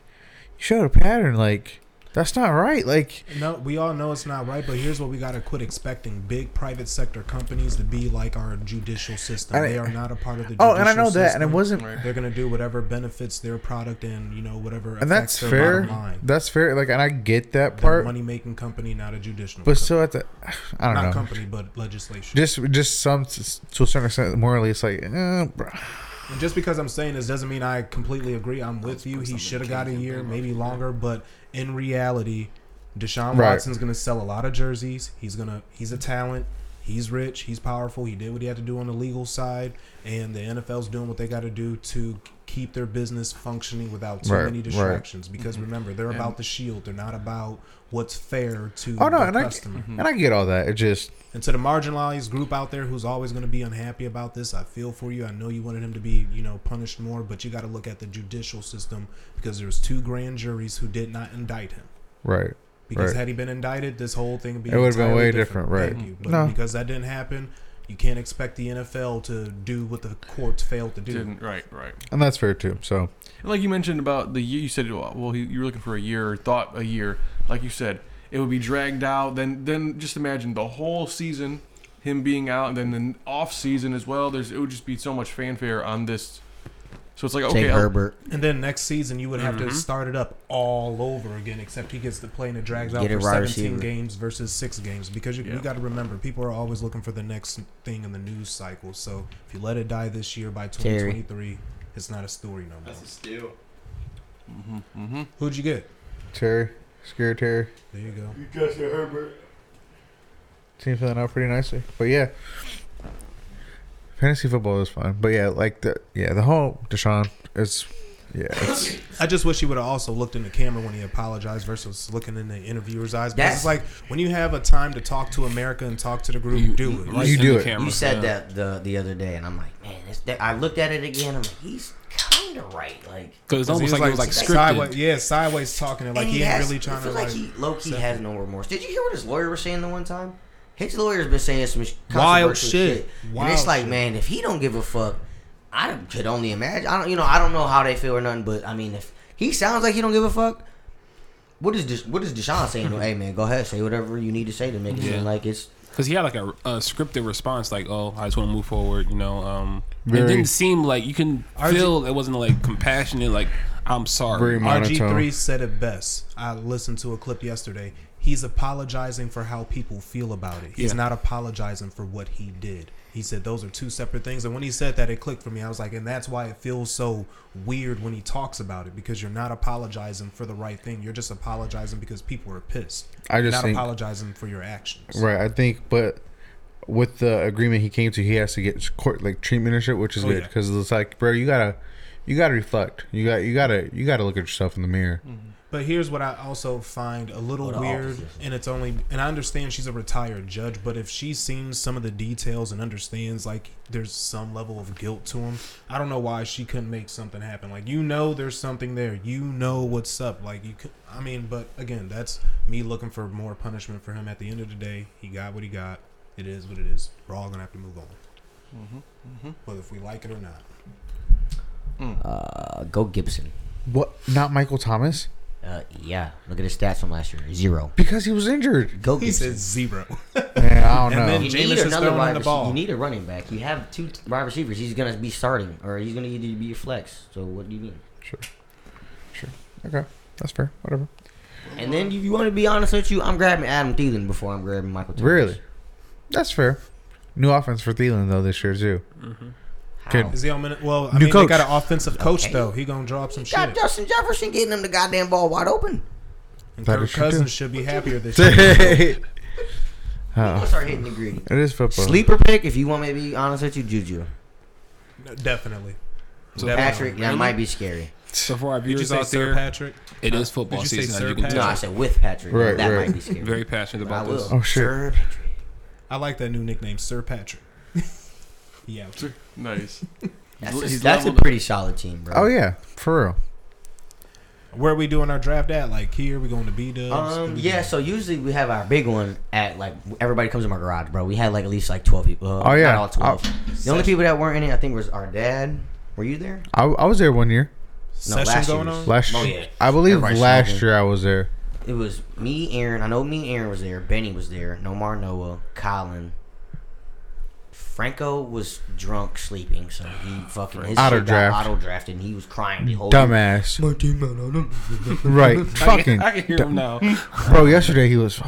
[SPEAKER 3] you showed a pattern, like that's not right, like.
[SPEAKER 2] No, we all know it's not right, but here's what we gotta quit expecting: big private sector companies to be like our judicial system.
[SPEAKER 3] And I-
[SPEAKER 2] they are not a part of the.
[SPEAKER 3] Oh, and I know
[SPEAKER 2] judicial
[SPEAKER 3] that, and it
[SPEAKER 2] system.
[SPEAKER 3] wasn't
[SPEAKER 4] Right.
[SPEAKER 2] They're gonna do whatever benefits their product and you know whatever.
[SPEAKER 3] and that's
[SPEAKER 2] affects their
[SPEAKER 3] fair.
[SPEAKER 2] Bottom line.
[SPEAKER 3] That's fair. Like, and I get that
[SPEAKER 2] They're a
[SPEAKER 3] part,
[SPEAKER 2] money-making company, not a judicial.
[SPEAKER 3] but
[SPEAKER 2] company.
[SPEAKER 3] still at the, I don't
[SPEAKER 2] not
[SPEAKER 3] know.
[SPEAKER 2] company, but legislation.
[SPEAKER 3] Just, just some to a certain extent. Morally, it's like, eh, bro.
[SPEAKER 2] And just because I'm saying this doesn't mean I completely agree. I'm with you. He should have got a year, maybe longer, but in reality, Deshaun
[SPEAKER 3] Right.
[SPEAKER 2] Watson's going to sell a lot of jerseys. He's going to he's a talent. He's rich, he's powerful. He did what he had to do on the legal side, and the NFL's doing what they got to do to keep their business functioning without too
[SPEAKER 3] Right,
[SPEAKER 2] many
[SPEAKER 3] right.
[SPEAKER 2] distractions because remember, they're
[SPEAKER 4] And-
[SPEAKER 2] about the shield. They're not about what's fair to
[SPEAKER 3] Oh no,
[SPEAKER 2] the
[SPEAKER 3] and I,
[SPEAKER 2] customer.
[SPEAKER 3] and I get all that. It just,
[SPEAKER 2] And to the marginalized group out there who's always going to be unhappy about this, I feel for you. I know you wanted him to be, you know, punished more, but you got to look at the judicial system because there was two grand juries who did not indict him.
[SPEAKER 3] right,
[SPEAKER 2] Because
[SPEAKER 3] Right.
[SPEAKER 2] had he been indicted, this whole thing would be
[SPEAKER 3] It would've been
[SPEAKER 2] entirely
[SPEAKER 3] way different,
[SPEAKER 2] different.
[SPEAKER 3] right.
[SPEAKER 2] Thank you. But
[SPEAKER 3] No.
[SPEAKER 2] because that didn't happen, you can't expect the NFL to do what the courts failed to do.
[SPEAKER 4] Didn't right, right.
[SPEAKER 3] and that's fair too. So,
[SPEAKER 4] And like you mentioned about the year, you said well, well, you you were looking for a year, thought a year. Like you said, it would be dragged out. Then, then just imagine the whole season, him being out, and then the off season as well. There's it would just be so much fanfare on this. So it's like okay,
[SPEAKER 1] Take
[SPEAKER 4] I'll-
[SPEAKER 1] Herbert.
[SPEAKER 2] And then next season, you would have to start it up all over again, except he gets to play and it drags out
[SPEAKER 1] Get a
[SPEAKER 2] for
[SPEAKER 1] wide
[SPEAKER 2] 17
[SPEAKER 1] receiver.
[SPEAKER 2] games versus six games. Because you,
[SPEAKER 4] Yeah.
[SPEAKER 2] you got to remember, people are always looking for the next thing in the news cycle. So if you let it die this year by
[SPEAKER 1] Terry.
[SPEAKER 2] 2023, it's not a story no more. Mm-hmm.
[SPEAKER 6] That's a steal.
[SPEAKER 2] Who'd you get?
[SPEAKER 3] Terry, scared Terry,
[SPEAKER 2] There you go.
[SPEAKER 6] You got your Herbert.
[SPEAKER 3] team filling out pretty nicely. But yeah, fantasy football is fun. But yeah, like the yeah the whole Deshaun is yeah it's
[SPEAKER 2] I just wish he would have also looked in the camera when he apologized versus looking in the interviewer's eyes. Because
[SPEAKER 1] That's-
[SPEAKER 2] it's like when you have a time to talk to America and talk to the group, do it. Like,
[SPEAKER 3] you
[SPEAKER 5] in
[SPEAKER 3] do
[SPEAKER 5] the
[SPEAKER 3] it.
[SPEAKER 5] camera.
[SPEAKER 1] You said
[SPEAKER 5] Yeah.
[SPEAKER 1] that the the other day, and I'm like, man, it's that, I looked at it again. I'm like, he's kind of right. Like,
[SPEAKER 5] Cause it's almost
[SPEAKER 2] he
[SPEAKER 5] like, it was like scripted.
[SPEAKER 2] sideways, yeah, sideways talking it like
[SPEAKER 1] and
[SPEAKER 2] he, ain't
[SPEAKER 1] has,
[SPEAKER 2] really
[SPEAKER 1] I
[SPEAKER 2] trying to
[SPEAKER 1] feel
[SPEAKER 2] like.
[SPEAKER 1] like he low key has no remorse. Did you hear what his lawyer was saying the one time? His lawyer's been saying some controversial
[SPEAKER 2] Wild
[SPEAKER 1] shit.
[SPEAKER 2] shit.
[SPEAKER 1] and
[SPEAKER 2] Wild
[SPEAKER 1] it's like,
[SPEAKER 2] shit.
[SPEAKER 1] man, if he don't give a fuck, I could only imagine. I don't, you know, I don't know how they feel or nothing, but I mean, if he sounds like he don't give a fuck. What is Des- what is Deshaun saying? to him? hey man, go ahead, say whatever you need to say to make it
[SPEAKER 5] Yeah.
[SPEAKER 1] seem like it's
[SPEAKER 5] Cause he had like a, a scripted response, like, "Oh, I just want to move forward," you know. Um, it
[SPEAKER 3] Very-
[SPEAKER 5] didn't seem like you can
[SPEAKER 2] RG
[SPEAKER 5] feel it wasn't like compassionate. Like, I'm sorry.
[SPEAKER 3] very monotone.
[SPEAKER 2] RG3 said it best. I listened to a clip yesterday. He's apologizing for how people feel about it. He's
[SPEAKER 5] Yeah.
[SPEAKER 2] not apologizing for what he did. He said those are two separate things. And when he said that, it clicked for me. I was like, and that's why it feels so weird when he talks about it because you're not apologizing for the right thing. You're just apologizing because people are pissed.
[SPEAKER 3] I just
[SPEAKER 2] not
[SPEAKER 3] think-
[SPEAKER 2] apologizing for your actions.
[SPEAKER 3] Right, I think, but with the agreement he came to, he has to get court like treatment and shit, which is
[SPEAKER 2] Oh,
[SPEAKER 3] good
[SPEAKER 2] yeah.
[SPEAKER 3] because it's like, bro, you gotta, you gotta reflect. You got, you gotta, you gotta look at yourself in the mirror.
[SPEAKER 2] But here's what I also find a little
[SPEAKER 1] Or the
[SPEAKER 2] weird,
[SPEAKER 1] opposite.
[SPEAKER 2] and it's only, and I understand she's a retired judge, but if she's seen some of the details and understands like there's some level of guilt to him, I don't know why she couldn't make something happen. Like you know, there's something there. You know what's up. Like you, could, I mean, but again, that's me looking for more punishment for him. At the end of the day, he got what he got. It is what it is. We're all gonna have to move on, Mm-hmm. whether if we like it or not.
[SPEAKER 1] uh, go Gibson.
[SPEAKER 3] What? Not Michael Thomas
[SPEAKER 1] Uh, yeah, look at his stats from last year, zero.
[SPEAKER 3] because he was injured.
[SPEAKER 1] Go
[SPEAKER 2] He
[SPEAKER 1] Gibson.
[SPEAKER 2] says zero.
[SPEAKER 3] Man, I don't
[SPEAKER 2] And
[SPEAKER 3] know.
[SPEAKER 2] then-
[SPEAKER 1] You
[SPEAKER 2] Jameis
[SPEAKER 1] need
[SPEAKER 2] is
[SPEAKER 1] another
[SPEAKER 2] throwing
[SPEAKER 1] wide
[SPEAKER 2] the
[SPEAKER 1] receiver.
[SPEAKER 2] ball.
[SPEAKER 1] You need a running back. You have two t- wide receivers. He's gonna be starting, or he's gonna either be your flex. So what do you mean?
[SPEAKER 3] okay, that's fair. Whatever.
[SPEAKER 1] And then if you want to be honest with you, I'm grabbing Adam Thielen before I'm grabbing Michael. Thomas.
[SPEAKER 3] Really, that's fair. New offense for Thielen though this year too.
[SPEAKER 1] How?
[SPEAKER 3] Kid.
[SPEAKER 2] Is he on minute? Well, I
[SPEAKER 3] New
[SPEAKER 2] mean,
[SPEAKER 3] coach.
[SPEAKER 2] they got an offensive coach
[SPEAKER 1] Okay.
[SPEAKER 2] though. He gonna drop some
[SPEAKER 1] Got
[SPEAKER 2] shit.
[SPEAKER 1] Justin Jefferson getting him the goddamn ball wide open.
[SPEAKER 2] And
[SPEAKER 3] That
[SPEAKER 2] Kirk
[SPEAKER 3] is true,
[SPEAKER 2] Cousins
[SPEAKER 3] too.
[SPEAKER 2] should be happier this year.
[SPEAKER 1] He's
[SPEAKER 3] it Uh-huh.
[SPEAKER 1] gonna start hitting the gritty.
[SPEAKER 3] is football.
[SPEAKER 1] Sleeper pick, if you want me to be honest with you, Juju.
[SPEAKER 2] No, Definitely.
[SPEAKER 5] So
[SPEAKER 2] Definitely.
[SPEAKER 1] Patrick, that
[SPEAKER 5] Really?
[SPEAKER 1] might be scary.
[SPEAKER 5] So for our
[SPEAKER 2] Did you
[SPEAKER 5] viewers
[SPEAKER 2] say
[SPEAKER 5] out
[SPEAKER 2] Sir
[SPEAKER 5] there,
[SPEAKER 2] Patrick?
[SPEAKER 5] it is football
[SPEAKER 2] Did you say
[SPEAKER 5] season.
[SPEAKER 2] Sir
[SPEAKER 5] As you can
[SPEAKER 1] No, I
[SPEAKER 5] tell,
[SPEAKER 2] Patrick?
[SPEAKER 1] said with Patrick.
[SPEAKER 3] Right,
[SPEAKER 1] that
[SPEAKER 3] right.
[SPEAKER 1] might be scary.
[SPEAKER 5] very passionate
[SPEAKER 1] But I
[SPEAKER 5] about
[SPEAKER 1] will.
[SPEAKER 5] this.
[SPEAKER 3] Oh, shit.
[SPEAKER 1] Sir Patrick.
[SPEAKER 2] I like that new nickname, Sir Patrick. yeah.
[SPEAKER 4] Nice.
[SPEAKER 1] That's,
[SPEAKER 4] He's
[SPEAKER 1] a, that's a
[SPEAKER 4] leveled up.
[SPEAKER 1] pretty solid team, bro.
[SPEAKER 3] Oh yeah, for real.
[SPEAKER 2] Where are we doing our draft at? Like here, we going to B Dubs?
[SPEAKER 1] Um, yeah, so usually we have our big one at like everybody comes in my garage, bro. We had like at least like twelve people. Uh,
[SPEAKER 3] Oh, yeah.
[SPEAKER 1] not all twelve. the only people that weren't in it, I think, was our dad. Were you there?
[SPEAKER 3] I, I was there one year.
[SPEAKER 1] No,
[SPEAKER 2] Session
[SPEAKER 1] last
[SPEAKER 2] going
[SPEAKER 1] year's.
[SPEAKER 2] on?
[SPEAKER 3] Last
[SPEAKER 1] Oh,
[SPEAKER 3] year,
[SPEAKER 1] yeah.
[SPEAKER 3] I believe
[SPEAKER 1] Everybody's
[SPEAKER 3] last
[SPEAKER 1] smoking.
[SPEAKER 3] year I was there.
[SPEAKER 1] It was me, Aaron. I know me, and Aaron was there. Benny was there. Nomar, Noah, Colin. Franco was drunk sleeping, so he fucking his
[SPEAKER 3] Auto
[SPEAKER 1] shit
[SPEAKER 3] draft.
[SPEAKER 1] got auto drafted, and he was crying the whole
[SPEAKER 3] Dumbass. right. Fucking.
[SPEAKER 5] I can hear him now.
[SPEAKER 3] Bro, yesterday he was.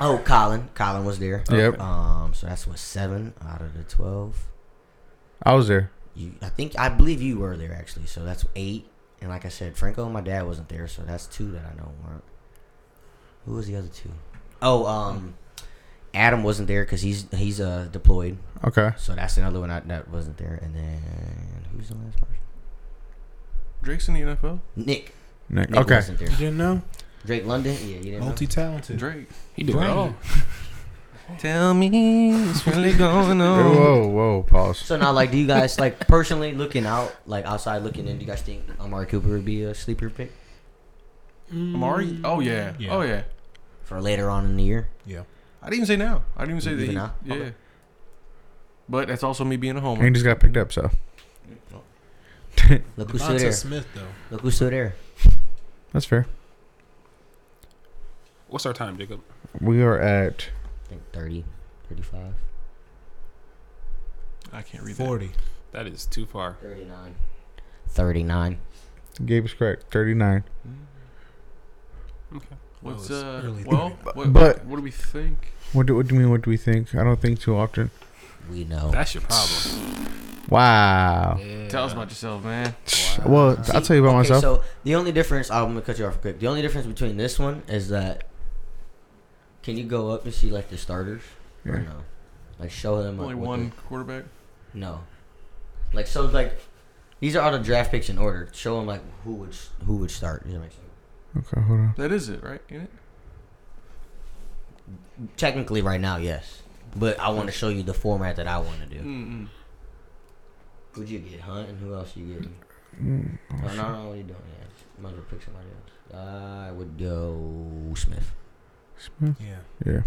[SPEAKER 1] Oh, Colin, Colin was there.
[SPEAKER 3] Yep.
[SPEAKER 1] Um, so that's what seven out of the twelve.
[SPEAKER 3] I was there.
[SPEAKER 1] You, I think I believe you were there actually. So that's eight. And like I said, Franco and my dad wasn't there, so that's two that I know weren't. Who was the other two? Oh, um, Adam wasn't there because he's he's uh deployed,
[SPEAKER 3] Okay.
[SPEAKER 1] so that's another one I, that wasn't there. And then who's the last person?
[SPEAKER 4] Drake's in the NFL.
[SPEAKER 1] Nick.
[SPEAKER 3] Nick.
[SPEAKER 1] Nick
[SPEAKER 3] Okay.
[SPEAKER 1] wasn't
[SPEAKER 2] You
[SPEAKER 1] there.
[SPEAKER 2] didn't know?
[SPEAKER 1] Drake London. Yeah, you didn't. know?
[SPEAKER 2] Multi-talented.
[SPEAKER 4] Drake.
[SPEAKER 5] He do it all.
[SPEAKER 4] Tell me what's really going on.
[SPEAKER 3] Whoa, whoa, pause.
[SPEAKER 1] So now, like, do you guys like personally looking out, like outside looking in? Do you guys think Amari Cooper would be a sleeper pick
[SPEAKER 3] Mm.
[SPEAKER 4] Amari? Oh yeah.
[SPEAKER 2] Yeah.
[SPEAKER 4] Oh yeah.
[SPEAKER 1] for later on in the year?
[SPEAKER 2] Yeah.
[SPEAKER 4] I didn't even say now. I didn't even say
[SPEAKER 1] You
[SPEAKER 4] that. He,
[SPEAKER 1] even now?
[SPEAKER 4] Yeah.
[SPEAKER 1] Okay.
[SPEAKER 4] But that's also me being a
[SPEAKER 3] And he
[SPEAKER 4] homer.
[SPEAKER 3] just got picked up, so
[SPEAKER 1] Look who's still
[SPEAKER 2] Devonta
[SPEAKER 1] there.
[SPEAKER 2] Smith though.
[SPEAKER 1] Look who's still there.
[SPEAKER 3] that's fair.
[SPEAKER 5] What's our time, Jacob?
[SPEAKER 3] We are at.
[SPEAKER 1] I think 30, 35.
[SPEAKER 4] I can't read that.
[SPEAKER 2] Forty.
[SPEAKER 5] That is too far.
[SPEAKER 1] 39. 39.
[SPEAKER 3] Gabe is correct. Thirty-nine.
[SPEAKER 5] Okay.
[SPEAKER 4] Mm. What's
[SPEAKER 2] Well, it's
[SPEAKER 4] uh?
[SPEAKER 2] early
[SPEAKER 4] well,
[SPEAKER 2] thirty.
[SPEAKER 4] what,
[SPEAKER 3] But-
[SPEAKER 4] what do we think?
[SPEAKER 3] What do, what do you mean? What do we think? I don't think too often.
[SPEAKER 1] We know.
[SPEAKER 5] That's your problem.
[SPEAKER 3] Wow.
[SPEAKER 5] Yeah.
[SPEAKER 4] Tell us about yourself, man.
[SPEAKER 3] Well, I'll tell you about
[SPEAKER 1] okay,
[SPEAKER 3] myself.
[SPEAKER 1] So the only difference, oh, I'm gonna cut you off quick. The only difference between this one is that can you go up and see like the starters? Or no. Like show them
[SPEAKER 4] Only
[SPEAKER 1] what
[SPEAKER 4] one quarterback.
[SPEAKER 1] the- no. Like so like these are all the draft picks in order. Show them like who would who would start. You know, like,
[SPEAKER 3] Okay, hold on.
[SPEAKER 4] That is it, right? Ain't it?
[SPEAKER 1] technically right now, yes. But I want to show you the format that I want to do.
[SPEAKER 4] Mm-mm.
[SPEAKER 1] Who'd you get, Hunt? And who else you getting?
[SPEAKER 3] Mm,
[SPEAKER 1] No, no, no, what are you doing? Yeah. Might as well pick somebody else. I would go Smith.
[SPEAKER 3] Smith?
[SPEAKER 2] Yeah.
[SPEAKER 3] Yeah.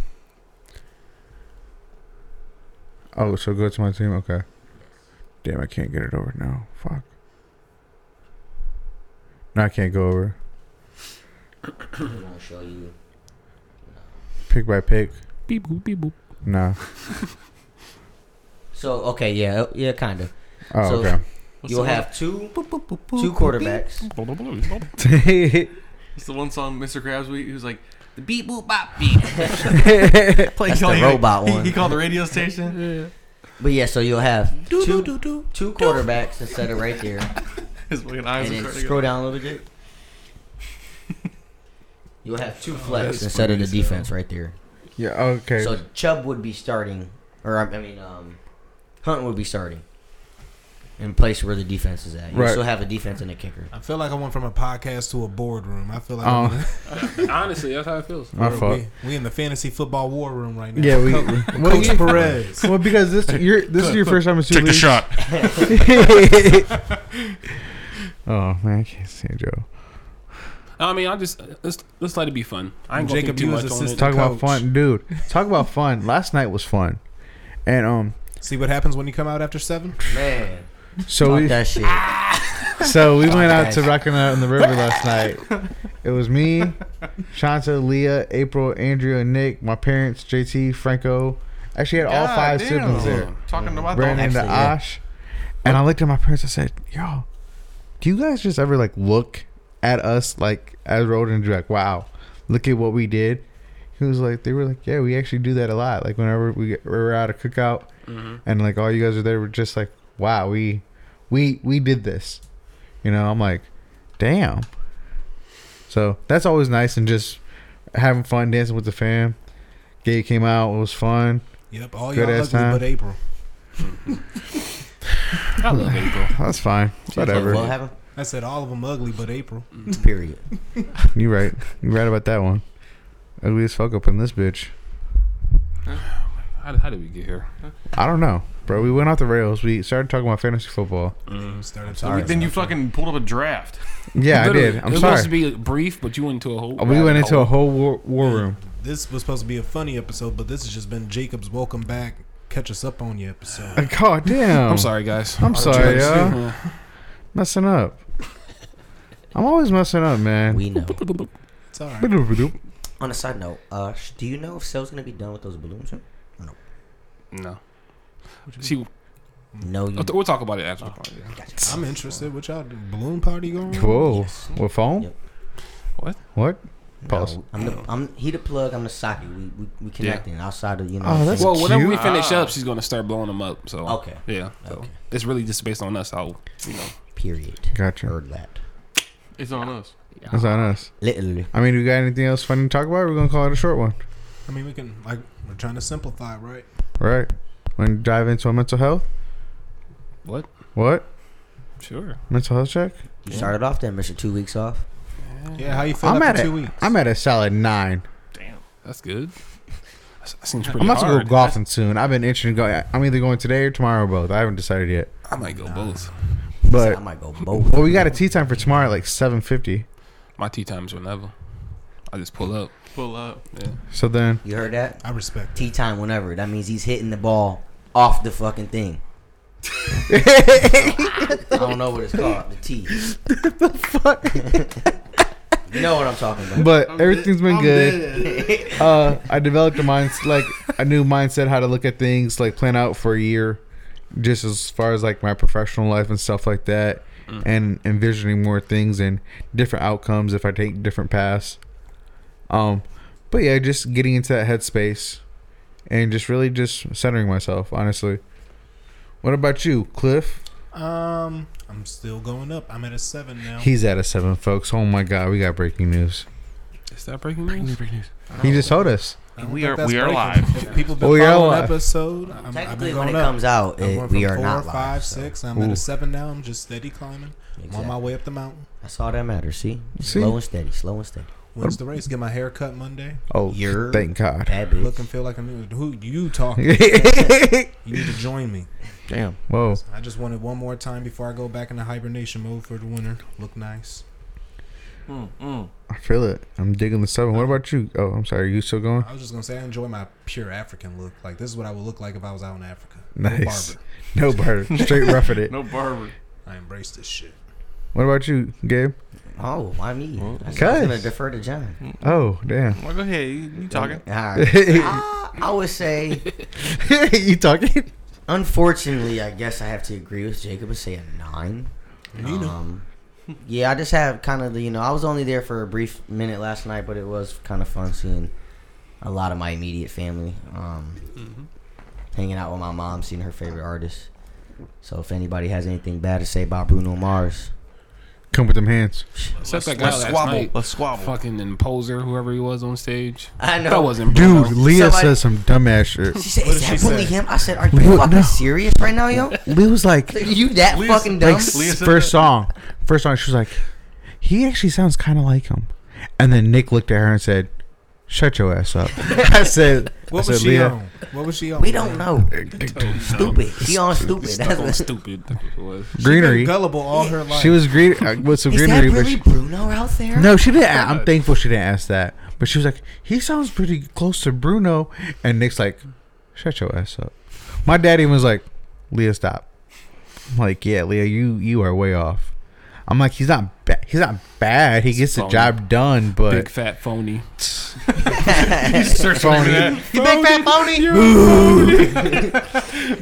[SPEAKER 3] Oh, so go to my team. Okay. Damn, I can't get it over now. Fuck. No, I can't go over.
[SPEAKER 1] I want to show you.
[SPEAKER 3] Pick by pick.
[SPEAKER 5] Beep boop, beep boop.
[SPEAKER 3] Nah.
[SPEAKER 1] So okay, yeah, uh, yeah, kind of.
[SPEAKER 3] Oh,
[SPEAKER 1] So-
[SPEAKER 3] okay.
[SPEAKER 4] What's
[SPEAKER 1] You'll
[SPEAKER 4] the one-
[SPEAKER 1] have two
[SPEAKER 5] Boop, boop, boop, boop,
[SPEAKER 1] two
[SPEAKER 5] boop,
[SPEAKER 1] quarterbacks.
[SPEAKER 5] beep. Blah, blah, blah, blah, blah.
[SPEAKER 4] It's the one song Mr. Krabs we he was like the beep boop bop beep. That's
[SPEAKER 1] the robot
[SPEAKER 4] he,
[SPEAKER 1] one.
[SPEAKER 4] He called the radio station.
[SPEAKER 1] But yeah, so you'll have
[SPEAKER 4] Do do
[SPEAKER 1] two
[SPEAKER 4] do do.
[SPEAKER 1] two quarterbacks instead of right there,
[SPEAKER 4] His fucking eyes
[SPEAKER 1] and
[SPEAKER 4] are
[SPEAKER 1] then
[SPEAKER 4] starting to go.
[SPEAKER 1] scroll down a little bit. You'll have two flex
[SPEAKER 2] that's
[SPEAKER 1] instead of
[SPEAKER 2] funny
[SPEAKER 1] the
[SPEAKER 2] as
[SPEAKER 1] defense right there.
[SPEAKER 3] yeah, okay.
[SPEAKER 1] So Chubb would be starting, or I I mean, um, Hunt would be starting in place where the defense is at. You
[SPEAKER 3] Right.
[SPEAKER 1] still have a defense and a kicker.
[SPEAKER 2] I feel like I went from a podcast to a boardroom. I feel like
[SPEAKER 3] Oh.
[SPEAKER 2] I'm-
[SPEAKER 5] Honestly, that's how it feels.
[SPEAKER 3] my
[SPEAKER 2] we-
[SPEAKER 3] fault.
[SPEAKER 2] we in the fantasy football war room right now.
[SPEAKER 3] Yeah, we.
[SPEAKER 2] Co-
[SPEAKER 3] well,
[SPEAKER 2] Coach
[SPEAKER 3] you-
[SPEAKER 2] Perez.
[SPEAKER 3] well, because this you're this is your first time in two
[SPEAKER 5] Take the
[SPEAKER 3] leagues.
[SPEAKER 5] shot.
[SPEAKER 3] oh man, I can't stand Joe.
[SPEAKER 5] I mean, I just let's let's let it be fun. I ain't gonna
[SPEAKER 2] Jacob,
[SPEAKER 5] think too
[SPEAKER 2] you
[SPEAKER 5] much
[SPEAKER 2] was
[SPEAKER 5] on it.
[SPEAKER 2] assistant.
[SPEAKER 3] Talk about
[SPEAKER 2] Coach.
[SPEAKER 3] fun, dude. Talk about fun. Last night was fun, and um,
[SPEAKER 2] See what happens when you come out after seven.
[SPEAKER 1] Man,
[SPEAKER 3] so
[SPEAKER 1] fuck
[SPEAKER 3] we
[SPEAKER 1] that shit.
[SPEAKER 3] so we went out to
[SPEAKER 1] Podcast.
[SPEAKER 3] Rockin' Out on the River last night. It was me, Shanta, Leah, April, Andrea, and Nick, my parents, JT, Franco. Actually, had all
[SPEAKER 4] God
[SPEAKER 3] five
[SPEAKER 4] damn.
[SPEAKER 3] siblings there.
[SPEAKER 4] Talking about
[SPEAKER 3] Brandon
[SPEAKER 1] Oh, Actually,
[SPEAKER 3] to
[SPEAKER 1] yeah.
[SPEAKER 3] Ash. And I looked at my parents. I said, "Yo, do you guys just ever like look at us like as road and be like, wow, look at what we did?" He was like, "They were like, yeah, we actually do that a lot. Like whenever we, get- we were out a cookout,
[SPEAKER 1] Mm-hmm.
[SPEAKER 3] and like all you guys are there, were just like, wow, we we we did this." You know, I'm like, "Damn." So that's always nice and just having fun dancing with the fam. Gay came out. It was fun.
[SPEAKER 2] Yep, all y'all
[SPEAKER 3] Good
[SPEAKER 2] ugly
[SPEAKER 3] ass time.
[SPEAKER 2] but April.
[SPEAKER 5] I love April.
[SPEAKER 3] That's fine. Whatever.
[SPEAKER 1] What happened?
[SPEAKER 2] I said all of them ugly but April.
[SPEAKER 1] Period.
[SPEAKER 3] You right. You right about that one. Ugly as fuck up in this bitch.
[SPEAKER 5] How, how did we get here?
[SPEAKER 3] I don't know, bro. We went off the rails. We started talking about fantasy football.
[SPEAKER 2] Started
[SPEAKER 1] sorry.
[SPEAKER 2] talking.
[SPEAKER 4] Then you fucking pulled up a draft.
[SPEAKER 3] Yeah, I
[SPEAKER 5] Literally,
[SPEAKER 3] did. I'm
[SPEAKER 5] it was supposed to
[SPEAKER 3] sorry. Uh,
[SPEAKER 5] be brief, but you went into a whole.
[SPEAKER 3] We went
[SPEAKER 5] rabbit
[SPEAKER 3] into a whole war, war room.
[SPEAKER 2] This was supposed to be a funny episode, but this has just been Jacob's welcome back, catch us up on you episode.
[SPEAKER 3] Uh, God damn.
[SPEAKER 5] I'm sorry, guys.
[SPEAKER 3] I'm sorry, y'all.
[SPEAKER 5] Yeah.
[SPEAKER 3] Messing up. I'm always messing up, man.
[SPEAKER 1] We know.
[SPEAKER 2] It's all right.
[SPEAKER 3] What
[SPEAKER 1] On a side note, uh, sh- do you know if Cell's gonna be done with those balloons? soon?
[SPEAKER 5] No. See,
[SPEAKER 1] No, you.
[SPEAKER 5] we'll we'll talk about it after. the party.
[SPEAKER 1] Gotcha.
[SPEAKER 2] I'm interested. What y'all do? Balloon party going? on?
[SPEAKER 3] Whoa.
[SPEAKER 1] Yes.
[SPEAKER 3] What phone?
[SPEAKER 1] Yep.
[SPEAKER 5] What?
[SPEAKER 3] What?
[SPEAKER 1] No,
[SPEAKER 3] Pause.
[SPEAKER 1] I'm the. I'm he the plug. I'm the socket. We we, we connecting outside of you know.
[SPEAKER 3] Oh,
[SPEAKER 1] what I'm
[SPEAKER 3] that's
[SPEAKER 1] saying?
[SPEAKER 5] Well, whenever we
[SPEAKER 3] cute.
[SPEAKER 5] finish
[SPEAKER 4] Ah.
[SPEAKER 5] up, she's gonna start blowing them up. So
[SPEAKER 1] Okay.
[SPEAKER 5] yeah, so
[SPEAKER 1] Okay.
[SPEAKER 5] it's really just based on us. How you know?
[SPEAKER 1] period.
[SPEAKER 3] Gotcha.
[SPEAKER 1] Heard that.
[SPEAKER 4] It's on us.
[SPEAKER 3] That's on us.
[SPEAKER 1] Literally.
[SPEAKER 3] I mean, we got anything else funny to talk about? We're gonna call it a short one,
[SPEAKER 2] I mean, we can like we're trying to simplify, right?
[SPEAKER 3] right? When dive into our mental health.
[SPEAKER 5] What?
[SPEAKER 3] What?
[SPEAKER 5] Sure.
[SPEAKER 3] Mental health check.
[SPEAKER 1] You
[SPEAKER 5] Yeah.
[SPEAKER 1] started off then, Mister. Two weeks off.
[SPEAKER 2] Yeah. How you feel
[SPEAKER 3] I'm
[SPEAKER 2] after
[SPEAKER 3] at
[SPEAKER 2] two weeks?
[SPEAKER 3] I'm at a solid nine.
[SPEAKER 4] Damn.
[SPEAKER 5] That's good. That's- That seems pretty
[SPEAKER 3] I'm about
[SPEAKER 5] hard.
[SPEAKER 3] to go golfing soon. I've been itching to go. I'm either going today or tomorrow, or both. I haven't decided yet.
[SPEAKER 5] I might go both.
[SPEAKER 1] Said I
[SPEAKER 3] But
[SPEAKER 1] might go
[SPEAKER 3] well,
[SPEAKER 1] both.
[SPEAKER 3] we got a tea time for tomorrow at like 7:50.
[SPEAKER 5] My tea times whenever. I just pull up.
[SPEAKER 4] Pull up.
[SPEAKER 5] Yeah.
[SPEAKER 3] So then,
[SPEAKER 1] You heard that?
[SPEAKER 2] I respect.
[SPEAKER 1] Tea time whenever. That means he's hitting the ball off the fucking thing. I don't know what it's called. The tea. the fuck. you know what I'm talking about.
[SPEAKER 3] but
[SPEAKER 4] I'm
[SPEAKER 3] everything's
[SPEAKER 4] dead.
[SPEAKER 3] been
[SPEAKER 4] I'm
[SPEAKER 3] good.
[SPEAKER 4] dead.
[SPEAKER 3] Uh, I developed a mind like a new mindset how to look at things, like plan out for a year, just as far as like my professional life and stuff like that, and envisioning more things and different outcomes if I take different paths. Um, but yeah, just getting into that headspace and just really just centering myself, honestly. What about you, Cliff?
[SPEAKER 2] Um, I'm still going up. I'm at a seven now.
[SPEAKER 3] He's at a seven, folks. Oh my god, we got breaking news.
[SPEAKER 5] Is that breaking news?
[SPEAKER 1] Oh.
[SPEAKER 3] He just told us.
[SPEAKER 2] I
[SPEAKER 4] And
[SPEAKER 2] don't
[SPEAKER 4] we
[SPEAKER 2] think
[SPEAKER 4] are-
[SPEAKER 2] that's
[SPEAKER 4] we are
[SPEAKER 2] breaking.
[SPEAKER 4] live.
[SPEAKER 2] If people been
[SPEAKER 3] We are
[SPEAKER 2] following
[SPEAKER 3] live.
[SPEAKER 2] episode, I'm, I've been
[SPEAKER 1] Technically, when
[SPEAKER 2] going
[SPEAKER 1] it
[SPEAKER 2] up.
[SPEAKER 1] comes out,
[SPEAKER 2] I'm
[SPEAKER 1] Oh, it-
[SPEAKER 2] going
[SPEAKER 1] we
[SPEAKER 2] from
[SPEAKER 1] are
[SPEAKER 2] four,
[SPEAKER 1] not live.
[SPEAKER 2] five,
[SPEAKER 1] so.
[SPEAKER 2] six. I'm at
[SPEAKER 3] Ooh.
[SPEAKER 2] a seven now. I'm just steady climbing. I'm on my way up the mountain.
[SPEAKER 1] That's all that matters. See?
[SPEAKER 3] See?
[SPEAKER 1] slow and steady, slow and steady.
[SPEAKER 2] When's the race? Get my hair cut Monday.
[SPEAKER 3] Oh,
[SPEAKER 1] You're-
[SPEAKER 3] thank God.
[SPEAKER 1] Bad bitch.
[SPEAKER 2] Look and feel like a new. Who you talking? You need to join me.
[SPEAKER 4] Damn.
[SPEAKER 1] Oh.
[SPEAKER 3] Whoa.
[SPEAKER 2] I just want it one more time before I go back into hibernation mode for the winter. Look nice.
[SPEAKER 4] Mm, mm.
[SPEAKER 3] I feel it. I'm digging the seven. What about you? Oh, I'm sorry. Are you still going?
[SPEAKER 2] I was just gonna say I enjoy my pure African look. Like this is what I would look like if I was out in Africa. No
[SPEAKER 3] Nice.
[SPEAKER 2] barber.
[SPEAKER 3] No barber. Straight roughing it.
[SPEAKER 4] No barber.
[SPEAKER 2] I embrace this shit.
[SPEAKER 3] What about you, Gabe?
[SPEAKER 1] Oh, why me?
[SPEAKER 4] Well,
[SPEAKER 1] I said I was
[SPEAKER 3] okay.
[SPEAKER 1] gonna defer to John.
[SPEAKER 3] Oh, damn.
[SPEAKER 4] Well, go ahead. You, you talking?
[SPEAKER 1] All right. Ah, I would say,
[SPEAKER 3] you talking?
[SPEAKER 1] unfortunately, I guess I have to agree with Jacob and say a nine. Um, yeah, I just have kind of the you know I was only there for a brief minute last night, but it was kind of fun seeing a lot of my immediate family, um,
[SPEAKER 5] Mm-hmm.
[SPEAKER 1] hanging out with my mom, seeing her favorite artists. So if anybody has anything bad to say about Bruno Mars,
[SPEAKER 3] Come with them hands.
[SPEAKER 5] Except that guy
[SPEAKER 4] Let's
[SPEAKER 5] last
[SPEAKER 4] squabble.
[SPEAKER 5] night,
[SPEAKER 4] Let's squabble.
[SPEAKER 5] fucking imposer, whoever he was on stage.
[SPEAKER 1] I know.
[SPEAKER 5] That wasn't Bruno.
[SPEAKER 3] Dude, Leah
[SPEAKER 1] Somebody-
[SPEAKER 3] says some dumbass shit.
[SPEAKER 1] She said,
[SPEAKER 2] What
[SPEAKER 1] "Is
[SPEAKER 2] did
[SPEAKER 1] that
[SPEAKER 2] she
[SPEAKER 1] really
[SPEAKER 2] say?
[SPEAKER 1] him?" I said, "Are you
[SPEAKER 3] What?
[SPEAKER 1] fucking
[SPEAKER 3] No.
[SPEAKER 1] serious right now, yo?
[SPEAKER 3] Leah was like,
[SPEAKER 1] You that
[SPEAKER 4] Please,
[SPEAKER 1] fucking dumb?"
[SPEAKER 3] like
[SPEAKER 4] Leah
[SPEAKER 3] s-
[SPEAKER 4] said
[SPEAKER 3] first
[SPEAKER 4] that?
[SPEAKER 3] song, first song, she was like, he actually sounds kind of like him. And then Nick looked at her and said, "Shut your ass up." I said, I
[SPEAKER 2] What
[SPEAKER 3] said,
[SPEAKER 2] was she
[SPEAKER 3] Leah,
[SPEAKER 2] on? What was she on?
[SPEAKER 1] We don't know. Stupid. She on stupid. That's
[SPEAKER 5] Stuck on
[SPEAKER 1] what.
[SPEAKER 5] stupid. That's what it was.
[SPEAKER 3] greenery.
[SPEAKER 2] Gullible all her life.
[SPEAKER 3] She was green uh, with some
[SPEAKER 1] Is that
[SPEAKER 3] greenery, but
[SPEAKER 1] really
[SPEAKER 3] she,
[SPEAKER 1] Bruno out there?
[SPEAKER 3] no, she didn't. a- I'm
[SPEAKER 5] God.
[SPEAKER 3] thankful she didn't ask that. But she was like, "He sounds pretty close to Bruno," and Nick's like, "Shut your ass up." My daddy was like, "Leah, stop." I'm like, "Yeah, Leah, you you are way off." I'm like, "He's not bad. He's not bad. He gets the
[SPEAKER 5] phony.
[SPEAKER 3] job done, but."
[SPEAKER 5] Big fat phony.
[SPEAKER 4] Search
[SPEAKER 3] Phony.
[SPEAKER 4] for that.
[SPEAKER 3] You big fat phony?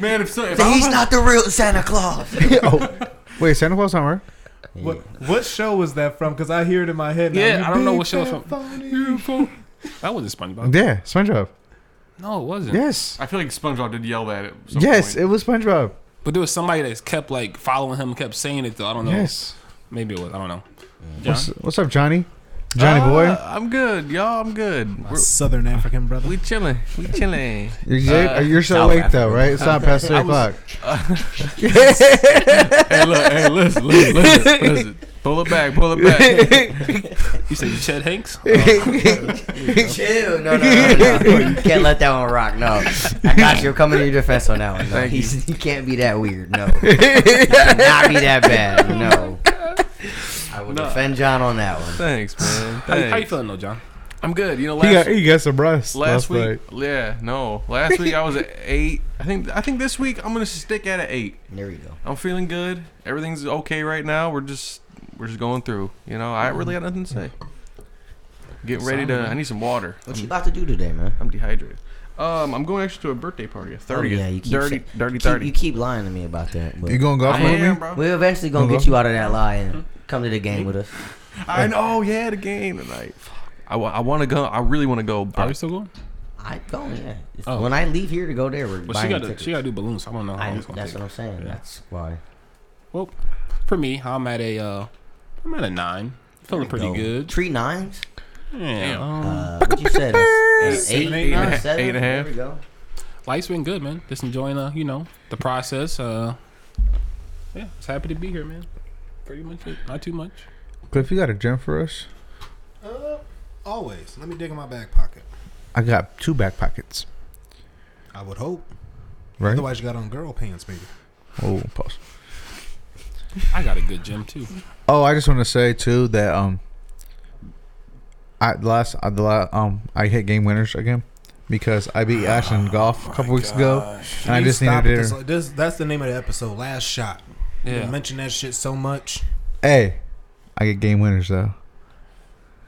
[SPEAKER 4] Man, if so, if
[SPEAKER 1] So
[SPEAKER 4] I
[SPEAKER 1] he's
[SPEAKER 4] was-
[SPEAKER 1] not the real Santa Claus.
[SPEAKER 3] oh, wait, Santa Claus somewhere?
[SPEAKER 2] What what show was that from? Because I hear it in my head. Now.
[SPEAKER 5] Yeah,
[SPEAKER 2] You
[SPEAKER 5] I don't know
[SPEAKER 2] big
[SPEAKER 5] what show it's
[SPEAKER 2] fat phony.
[SPEAKER 5] That wasn't SpongeBob.
[SPEAKER 3] Yeah, SpongeBob.
[SPEAKER 5] No, it wasn't.
[SPEAKER 3] Yes,
[SPEAKER 4] I feel like SpongeBob did yell that at some
[SPEAKER 3] yes,
[SPEAKER 4] point.
[SPEAKER 3] it was SpongeBob.
[SPEAKER 5] But there was somebody that's kept like following him, kept saying it though. I don't know.
[SPEAKER 3] Yes.
[SPEAKER 5] Maybe it was. I don't know.
[SPEAKER 3] What's, what's up, Johnny? Johnny
[SPEAKER 4] Uh,
[SPEAKER 3] boy,
[SPEAKER 4] I'm good, y'all. I'm good.
[SPEAKER 2] My
[SPEAKER 4] We're,
[SPEAKER 2] Southern African brother.
[SPEAKER 4] we chilling. We chilling.
[SPEAKER 3] you're good?
[SPEAKER 4] uh,
[SPEAKER 3] you're still
[SPEAKER 5] South
[SPEAKER 3] awake
[SPEAKER 5] Africa.
[SPEAKER 3] though, right? It's not past three
[SPEAKER 4] I was-
[SPEAKER 3] o'clock.
[SPEAKER 4] hey, look. Hey, listen, listen, listen, listen. Pull it back. Pull it back.
[SPEAKER 5] You said Chet Hanks?
[SPEAKER 1] Chill. No, no, no, no. You can't let that one rock. No. I got you. I'm coming to your defense on that one. No.
[SPEAKER 4] Thank you.
[SPEAKER 1] He's, he can't be that weird. No. He cannot be that bad. No. I will
[SPEAKER 4] No.
[SPEAKER 1] defend John on that one.
[SPEAKER 4] Thanks, man.
[SPEAKER 5] How, you- how you
[SPEAKER 4] Thanks.
[SPEAKER 5] feeling though, John?
[SPEAKER 4] I'm good. You know,
[SPEAKER 3] he, got,
[SPEAKER 4] last
[SPEAKER 3] he got some rest
[SPEAKER 4] last
[SPEAKER 3] last,
[SPEAKER 4] week, yeah, no, last week I was at eight. I think I think this week I'm gonna stick at an eight.
[SPEAKER 1] There you go.
[SPEAKER 4] I'm feeling good. Everything's okay right now. We're just we're just going through. You know, I really got nothing to say. Getting ready to. I need some water.
[SPEAKER 1] What you about to do today, man?
[SPEAKER 4] I'm dehydrated. Um, I'm going actually to a birthday party. Thirty.
[SPEAKER 1] Oh, yeah, you keep
[SPEAKER 4] dirty,
[SPEAKER 1] sa-
[SPEAKER 4] dirty
[SPEAKER 1] Keep-
[SPEAKER 4] thirty.
[SPEAKER 1] you keep lying to me about that. But
[SPEAKER 3] You going golf
[SPEAKER 4] I
[SPEAKER 3] with me?
[SPEAKER 4] am, bro.
[SPEAKER 1] We're eventually gonna
[SPEAKER 3] Gonna
[SPEAKER 1] get
[SPEAKER 3] go?
[SPEAKER 1] you out of that lie and come to the game with us.
[SPEAKER 4] I know. Yeah, the game tonight. I, wa- I want to go. I really want to go.
[SPEAKER 5] Are
[SPEAKER 4] But
[SPEAKER 5] we still going?
[SPEAKER 1] I don't. Yeah. If-
[SPEAKER 5] Oh.
[SPEAKER 1] When I leave here to go there, we're
[SPEAKER 5] Well, she
[SPEAKER 1] buying
[SPEAKER 5] got to
[SPEAKER 1] tickets.
[SPEAKER 5] she got Oh, to do balloons. I don't know how
[SPEAKER 1] I,
[SPEAKER 5] long
[SPEAKER 1] that's
[SPEAKER 5] it's gonna take.
[SPEAKER 1] what I'm saying. That's why.
[SPEAKER 5] Well, for me, I'm at a uh, I'm at a nine. Feeling pretty
[SPEAKER 1] No.
[SPEAKER 5] good.
[SPEAKER 1] Three nines.
[SPEAKER 5] Yeah.
[SPEAKER 4] Damn.
[SPEAKER 5] um,
[SPEAKER 1] Uh, what you said? Eight, eight,
[SPEAKER 4] Mm. Eight and a half.
[SPEAKER 1] seven?
[SPEAKER 4] Eight and a half.
[SPEAKER 1] There we go.
[SPEAKER 5] life's been good, man. Just enjoying, uh, you know, the process. Uh, yeah, just happy to be here, man. Pretty much it. Not too much.
[SPEAKER 3] Cliff, you got a gem for us?
[SPEAKER 2] Uh, always. Let me dig in my back pocket.
[SPEAKER 3] I got two back pockets.
[SPEAKER 2] I would hope.
[SPEAKER 3] Right?
[SPEAKER 2] Otherwise, you got on girl pants, baby.
[SPEAKER 3] Oh, pause.
[SPEAKER 5] I got a good gym too.
[SPEAKER 3] Oh, I just want to say too that um, I last I, the la um I hit game winners again because I beat Ashton
[SPEAKER 4] Oh
[SPEAKER 3] in golf a couple weeks ago, and I
[SPEAKER 2] You
[SPEAKER 3] just
[SPEAKER 2] stop
[SPEAKER 3] needed
[SPEAKER 2] it.
[SPEAKER 3] to.
[SPEAKER 2] This, this, that's the name of the episode. Last shot. You
[SPEAKER 5] Yeah.
[SPEAKER 2] mention that shit so much.
[SPEAKER 3] Hey, I get game winners though.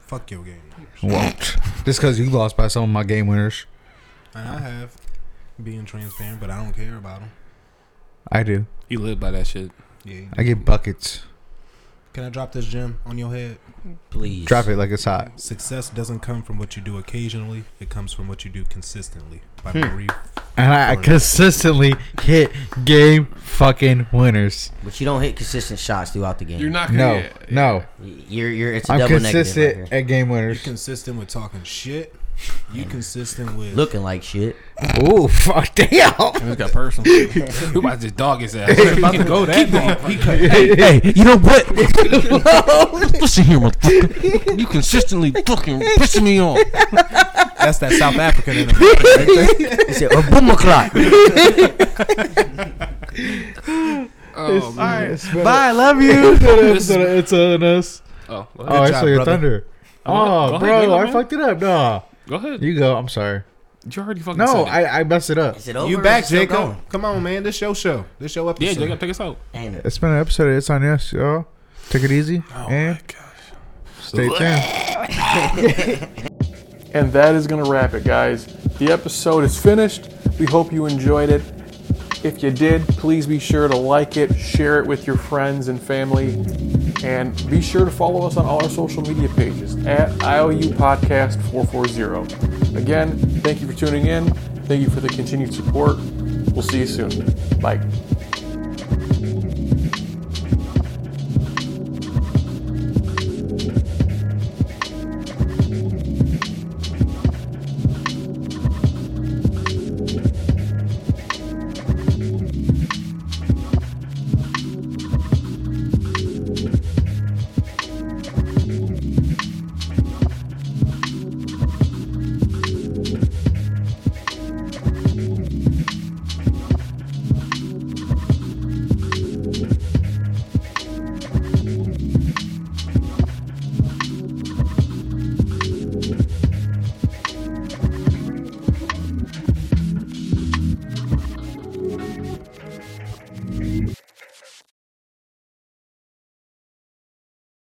[SPEAKER 2] Fuck your game.
[SPEAKER 3] Won't just because you lost by some of my game winners,
[SPEAKER 2] And I have being transparent, but I don't care about them.
[SPEAKER 3] I do.
[SPEAKER 5] You live by that shit.
[SPEAKER 2] Yeah.
[SPEAKER 3] I get buckets.
[SPEAKER 2] Can I drop this gem on your head?
[SPEAKER 1] Please.
[SPEAKER 3] Drop it like it's hot.
[SPEAKER 2] Success doesn't come from what you do occasionally. It comes from what you do consistently. By
[SPEAKER 3] Hmm.
[SPEAKER 2] Marie.
[SPEAKER 3] And I, I consistently hit game fucking winners.
[SPEAKER 1] But you don't hit consistent shots throughout the game.
[SPEAKER 4] You're
[SPEAKER 1] You're
[SPEAKER 4] not.
[SPEAKER 3] No,
[SPEAKER 4] Gonna,
[SPEAKER 3] no,
[SPEAKER 1] You're, you're it's a
[SPEAKER 3] I'm
[SPEAKER 1] double negative.
[SPEAKER 3] consistent
[SPEAKER 1] Right here.
[SPEAKER 3] at game
[SPEAKER 2] You're
[SPEAKER 3] winners.
[SPEAKER 2] consistent with talking shit. You consistent with
[SPEAKER 1] looking like shit.
[SPEAKER 3] Ooh, fuck, damn.
[SPEAKER 5] It's got personal. Who about this dog his ass? We're about to go that deep.
[SPEAKER 6] Hey, you know what? Listen here, motherfucker. You consistently fucking pissing me off.
[SPEAKER 2] That's that South African in him.
[SPEAKER 1] He said, "A boom o'clock."
[SPEAKER 5] Oh, man.
[SPEAKER 3] Bye, love you. it's, on, it's on us.
[SPEAKER 5] oh, go
[SPEAKER 3] Oh,
[SPEAKER 5] ahead.
[SPEAKER 3] I
[SPEAKER 2] job,
[SPEAKER 3] saw your
[SPEAKER 2] brother.
[SPEAKER 3] thunder.
[SPEAKER 5] not- go
[SPEAKER 3] Oh,
[SPEAKER 5] ahead, go
[SPEAKER 3] bro,
[SPEAKER 5] ahead,
[SPEAKER 3] I
[SPEAKER 5] man.
[SPEAKER 3] fucked it up. Nah,
[SPEAKER 5] Go ahead.
[SPEAKER 3] you go. I'm sorry.
[SPEAKER 5] You already fucking
[SPEAKER 3] No,
[SPEAKER 5] said it.
[SPEAKER 3] I, I messed it up.
[SPEAKER 1] Is it over?
[SPEAKER 2] You
[SPEAKER 1] or
[SPEAKER 2] back,
[SPEAKER 1] is it still
[SPEAKER 2] Jacob.
[SPEAKER 1] going?
[SPEAKER 2] Come on, man. This your show. This your
[SPEAKER 5] Yeah,
[SPEAKER 2] episode.
[SPEAKER 5] they gotta pick us out.
[SPEAKER 1] Damn it.
[SPEAKER 3] It's been an episode. of It's on us, y'all. Take it easy
[SPEAKER 2] Oh
[SPEAKER 3] and stay tuned.
[SPEAKER 4] And that is going to wrap it, guys. The episode is finished. We hope you enjoyed it. If you did, please be sure to like it, share it with your friends and family, and be sure to follow us on all our social media pages at IOU Podcast 440. Again, thank you for tuning in. Thank you for the continued support. We'll see you soon. Bye.